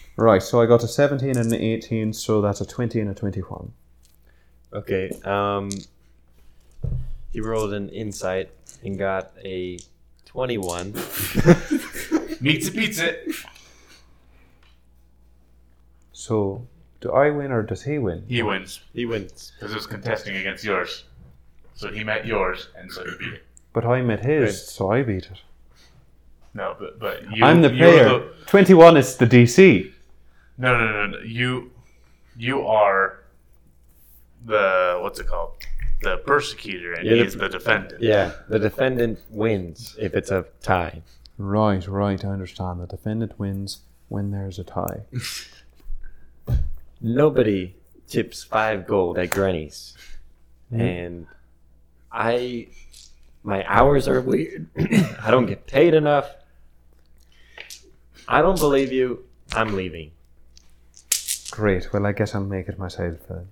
F: [LAUGHS] right, so I got a 17 and an 18, so that's a 20 and a 21.
B: Okay. Um, he rolled an insight and got a twenty-one.
D: Meets it, beats it.
F: So, do I win or does he win?
D: He wins
B: He wins.
D: because it was contesting against yours. So he met yours, and so he beat it.
F: But I met his, so I beat it.
D: No, but but you.
F: I'm the
D: you were
F: player.
D: the-
F: 21 is the DC.
D: no, no, no, no. You, you are the what's it called? The persecutor, and
B: You're the-
D: he's the defendant.
B: Yeah, the defendant wins if it's a tie.
F: Right, right, I understand. The defendant wins when there's a tie.
B: Nobody tips five gold at Granny's, Hmm. and I, my hours are weird. [CLEARS THROAT] I don't get paid enough. I don't believe you. I'm leaving.
F: Great, well, I guess I'll make it myself then.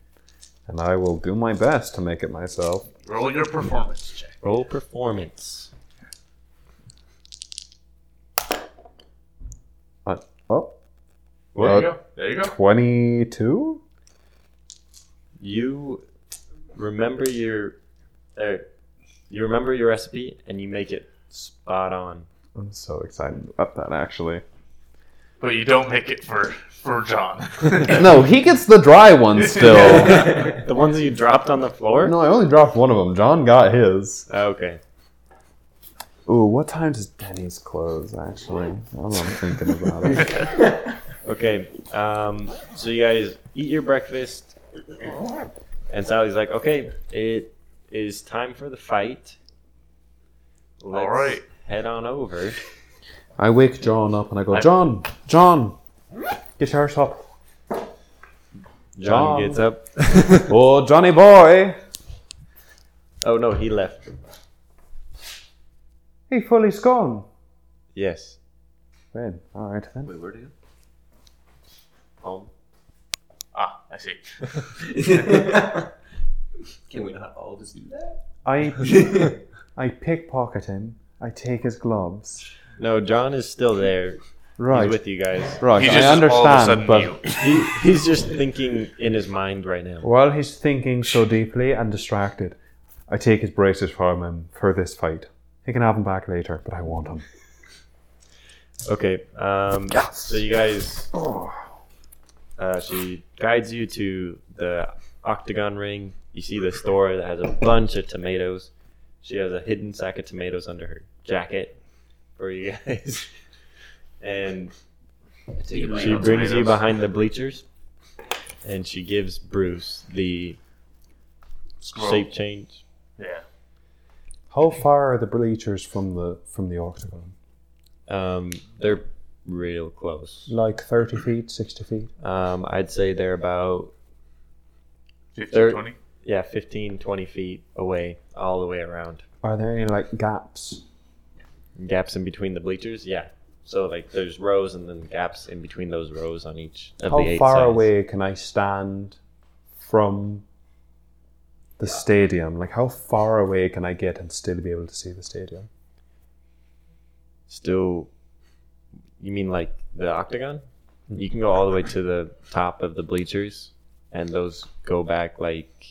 F: And I will do my best to make it myself.
D: Roll your performance check.
B: Roll performance.
F: Uh, oh,
D: There
F: Uh,
D: you go. There you go.
F: 22?
B: You remember your, er, you remember your recipe and you make it spot on.
F: I'm so excited about that,
D: [LAUGHS]
F: actually.
D: But you don't make it for for John. [LAUGHS]
F: no, he gets the dry one still.
B: The ones you dropped on the floor.
F: no, I only dropped one of them. John got his.
B: Oh, Okay.
F: Ooh, what time does Denny's close, actually? Now that I'm thinking about it.
B: [LAUGHS] Okay, um, so you guys eat your breakfast, and Sally's like, "Okay, it is time for the fight. Let's
D: All right.
B: head on over."
F: I wake John up and I go, John, John, get your arse up.
B: John
F: John.
B: gets up.
F: [LAUGHS] Oh, Johnny boy.
B: Oh no, he left.
F: He fully's gone.
B: Yes.
F: Then, all right then.
G: Wait, where do you?
B: Home.
D: ah, I see.
G: Can we not all just do that?
F: I,
B: [LAUGHS]
F: I pickpocket him. I take his gloves.
B: No, John is still there.
F: Right,
B: He's with you guys.
F: right.
D: He
F: I
D: just
F: understand,
D: all of a sudden
F: but
D: you.
B: He, he's just thinking in his mind right now.
F: while he's thinking so deeply and distracted, I take his braces from him for this fight. He can have them back later, but I want them.
B: Okay. Um, So you guys,
D: Oh.
B: uh, she guides you to the octagon ring. You see the store that has a bunch of tomatoes. She has a hidden sack of tomatoes under her jacket for you guys, [LAUGHS] and
D: Take a bite
B: she
D: of
B: brings you
D: tomatoes.
B: behind the bleachers, and she gives Bruce the
D: Scroll.
B: shape change.
D: Yeah.
F: How far are the bleachers from the from the octagon?
B: Um, they're real close.
F: Like thirty feet, sixty feet.
B: Um, I'd say they're about
D: 15,
B: There-
D: 20?
B: yeah 15 20 feet away all the way around
F: Are there any like gaps?
B: gaps in between the bleachers yeah so like there's rows and then gaps in between those rows on each of the
F: How
B: eight
F: far
B: sides.
F: away can I stand from the stadium? Like how far away can I get and still be able to see the stadium?
B: still you mean like the octagon
F: Hmm.
B: you can go all the way to the top of the bleachers and those go back like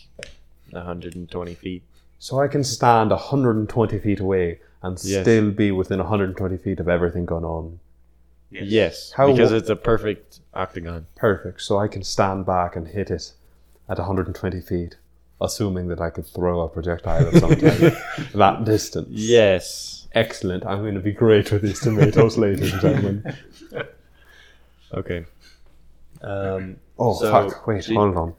B: 120 feet
F: So I can stand 120 feet away and
B: Yes.
F: still be within 120 feet of everything going on.
B: yes,
F: How-
B: because it's a perfect octagon
F: Perfect. So I can stand back and hit it at 120 feet, assuming that I could throw a projectile of
B: [LAUGHS]
F: some type that distance.
B: yes
F: Excellent. I'm going to be great with these tomatoes, ladies and gentlemen.
B: okay um
F: Oh,
B: So,
F: fuck. Wait,
B: she-
F: hold on.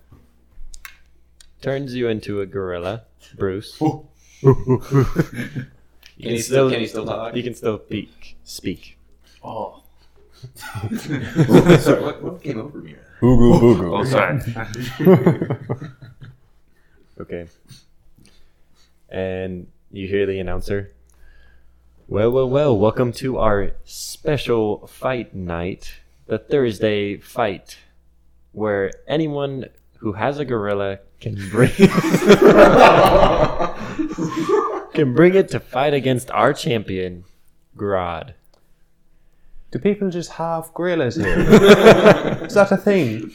B: turns you into a gorilla [LAUGHS] bruce
G: Can he still? Can he still talk?
B: You can still speak. Speak.
D: Oh. [LAUGHS]
G: Sorry, what, what came over me?
F: Oogu
D: Oh,
F: boogu.
D: sorry.
B: Okay. And you hear the announcer. Well, well, well. Welcome to our special fight night, the Thursday fight, where anyone who has a gorilla can bring [LAUGHS] can bring it to fight against our champion, Grodd.
F: Do people just have gorillas [LAUGHS] here? Is that a thing?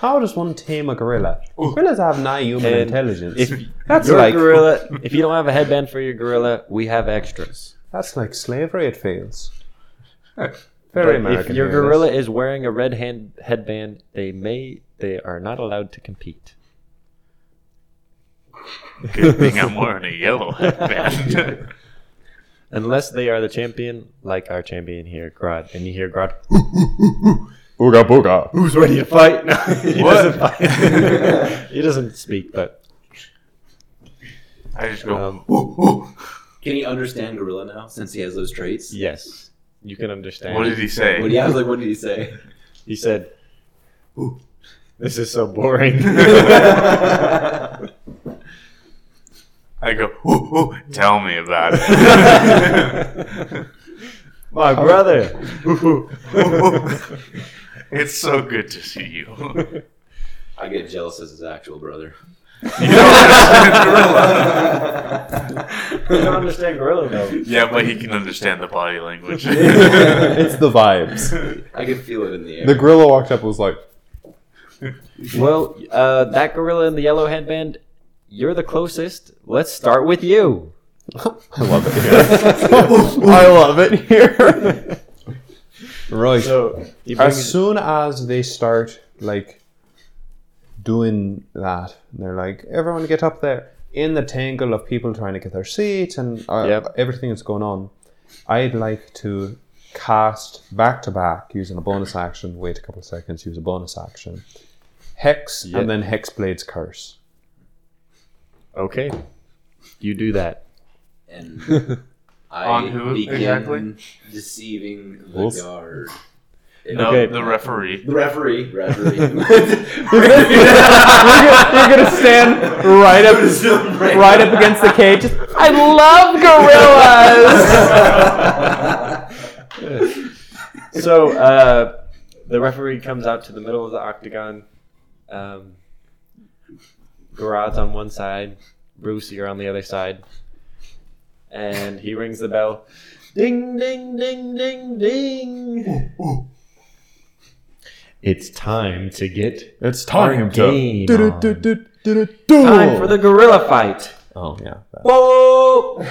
F: How does one tame a gorilla? Gorillas have nigh human
B: And
F: intelligence.
B: If
F: [LAUGHS] that's
B: your
F: like
B: gorilla, if you don't have a headband for your gorilla, we have extras.
F: that's like slavery. It [LAUGHS] feels very
B: But
F: American.
B: If your
F: here, it is.
B: gorilla is wearing a red hand headband, they may they are not allowed to compete.
D: Good thing I'm wearing a yellow headband.
B: Unless they are the champion, like our champion here, Grodd. And you hear Grodd, [LAUGHS]
F: Ooga booga.
B: who's ready to fight? No, he doesn't fight. [LAUGHS] he doesn't speak, but
D: I just go,
B: um,
G: Can he understand gorilla now since he has those traits?
B: yes, you can understand.
D: what did he
G: What
D: say?
G: do you, I was like, what did
D: [LAUGHS]
G: he say?
B: He said, "This is so boring."
D: I go, "Ooh, ooh, tell me
F: [LAUGHS]
D: about it.
B: My brother.
D: it's so good to see you. you
G: I get jealous as his actual
D: [LAUGHS]
G: brother.
D: know,
B: You don't understand gorilla though.
D: yeah, but he can understand the body language.
F: it's the vibes.
G: I could feel it in the air.
F: The gorilla walked up and was like, [LAUGHS]
B: Well, uh, that gorilla in the yellow headband, you're the closest. Let's start with you.
F: "I love it here. I love it here." [LAUGHS] right.
B: So he
F: as
B: brings,
F: soon as they start like doing that, they're like, everyone get up there in the tangle of people trying to get their seats and uh,
B: Yep.
F: everything that's going on. I'd like to cast back to back using a bonus action. Wait a couple of seconds, use a bonus action. Hex
B: Yeah.
F: and then Hex Blade's Curse.
B: okay, you do that.
D: [LAUGHS]
G: and I
D: On who
G: begin
D: exactly?
G: deceiving the
F: Wolf?
G: guard.
D: No,
B: Okay.
D: the referee.
G: The referee.
D: [LAUGHS]
G: Referee. [LAUGHS]
F: You're gonna stand right up, right up against the cage. I love
B: [LAUGHS]
F: gorillas.
B: So uh, the referee comes out to the middle of the octagon. Um, Garad's on one side, Bruce, you're on the other side, and he rings the bell. Ding, ding, ding, ding, ding. It's time to get
F: It's
B: time to- Game on. Time for the gorilla fight.
J: Oh yeah. that.
B: Whoa!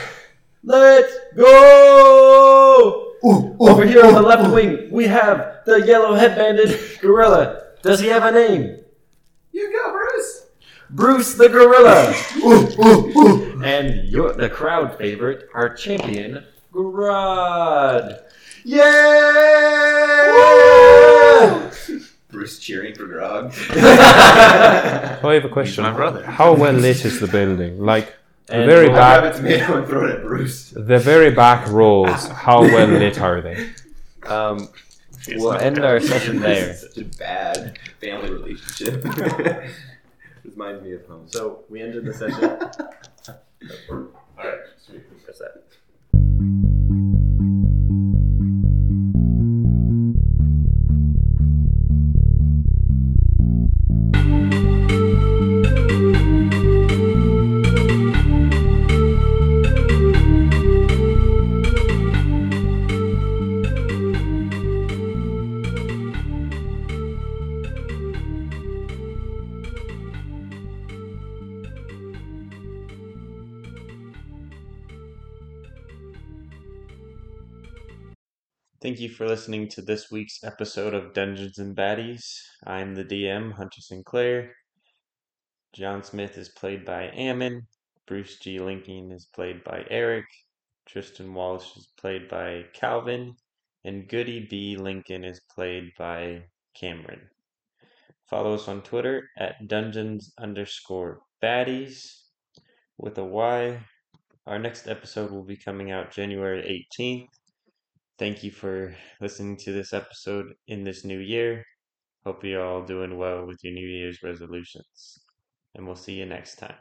B: Let's go! Over here on the left wing, we have the yellow headbanded gorilla. Does he have a name?
G: [LAUGHS] You go, Bruce.
B: Bruce the gorilla. And you're the crowd favorite, our champion, Grod. [LAUGHS] Yeah! Bruce cheering for
D: [LAUGHS]
G: [LAUGHS]
B: Grog.
F: Oh, I have a question.
D: my brother.
F: How well lit is the building? Like the
B: And
F: very
B: we'll
F: back,
B: Grab a tomato and throw it at Bruce.
F: the very back rows. How well lit are they?
K: Um,
D: It's
K: we'll
D: not
K: end
D: good.
K: our session
B: This
K: there.
B: is such a bad family [LAUGHS] relationship. Reminds me of home.
K: So we ended the session.
B: [LAUGHS]
D: All right, sweet. That's that.
K: Thank you for listening to this week's episode of Dungeons and Baddies. I'm the DM, Hunter Sinclair. John Smith is played by Ammon. Bruce G. Lincoln is played by Eric. Tristan Walsh is played by Calvin. And Goody B. Lincoln is played by Cameron. Follow us on Twitter at dungeons underscore baddies with a Y. Our next episode will be coming out January 18th. Thank you for listening to this episode in this new year. Hope you're all doing well with your New Year's resolutions. And we'll see you next time.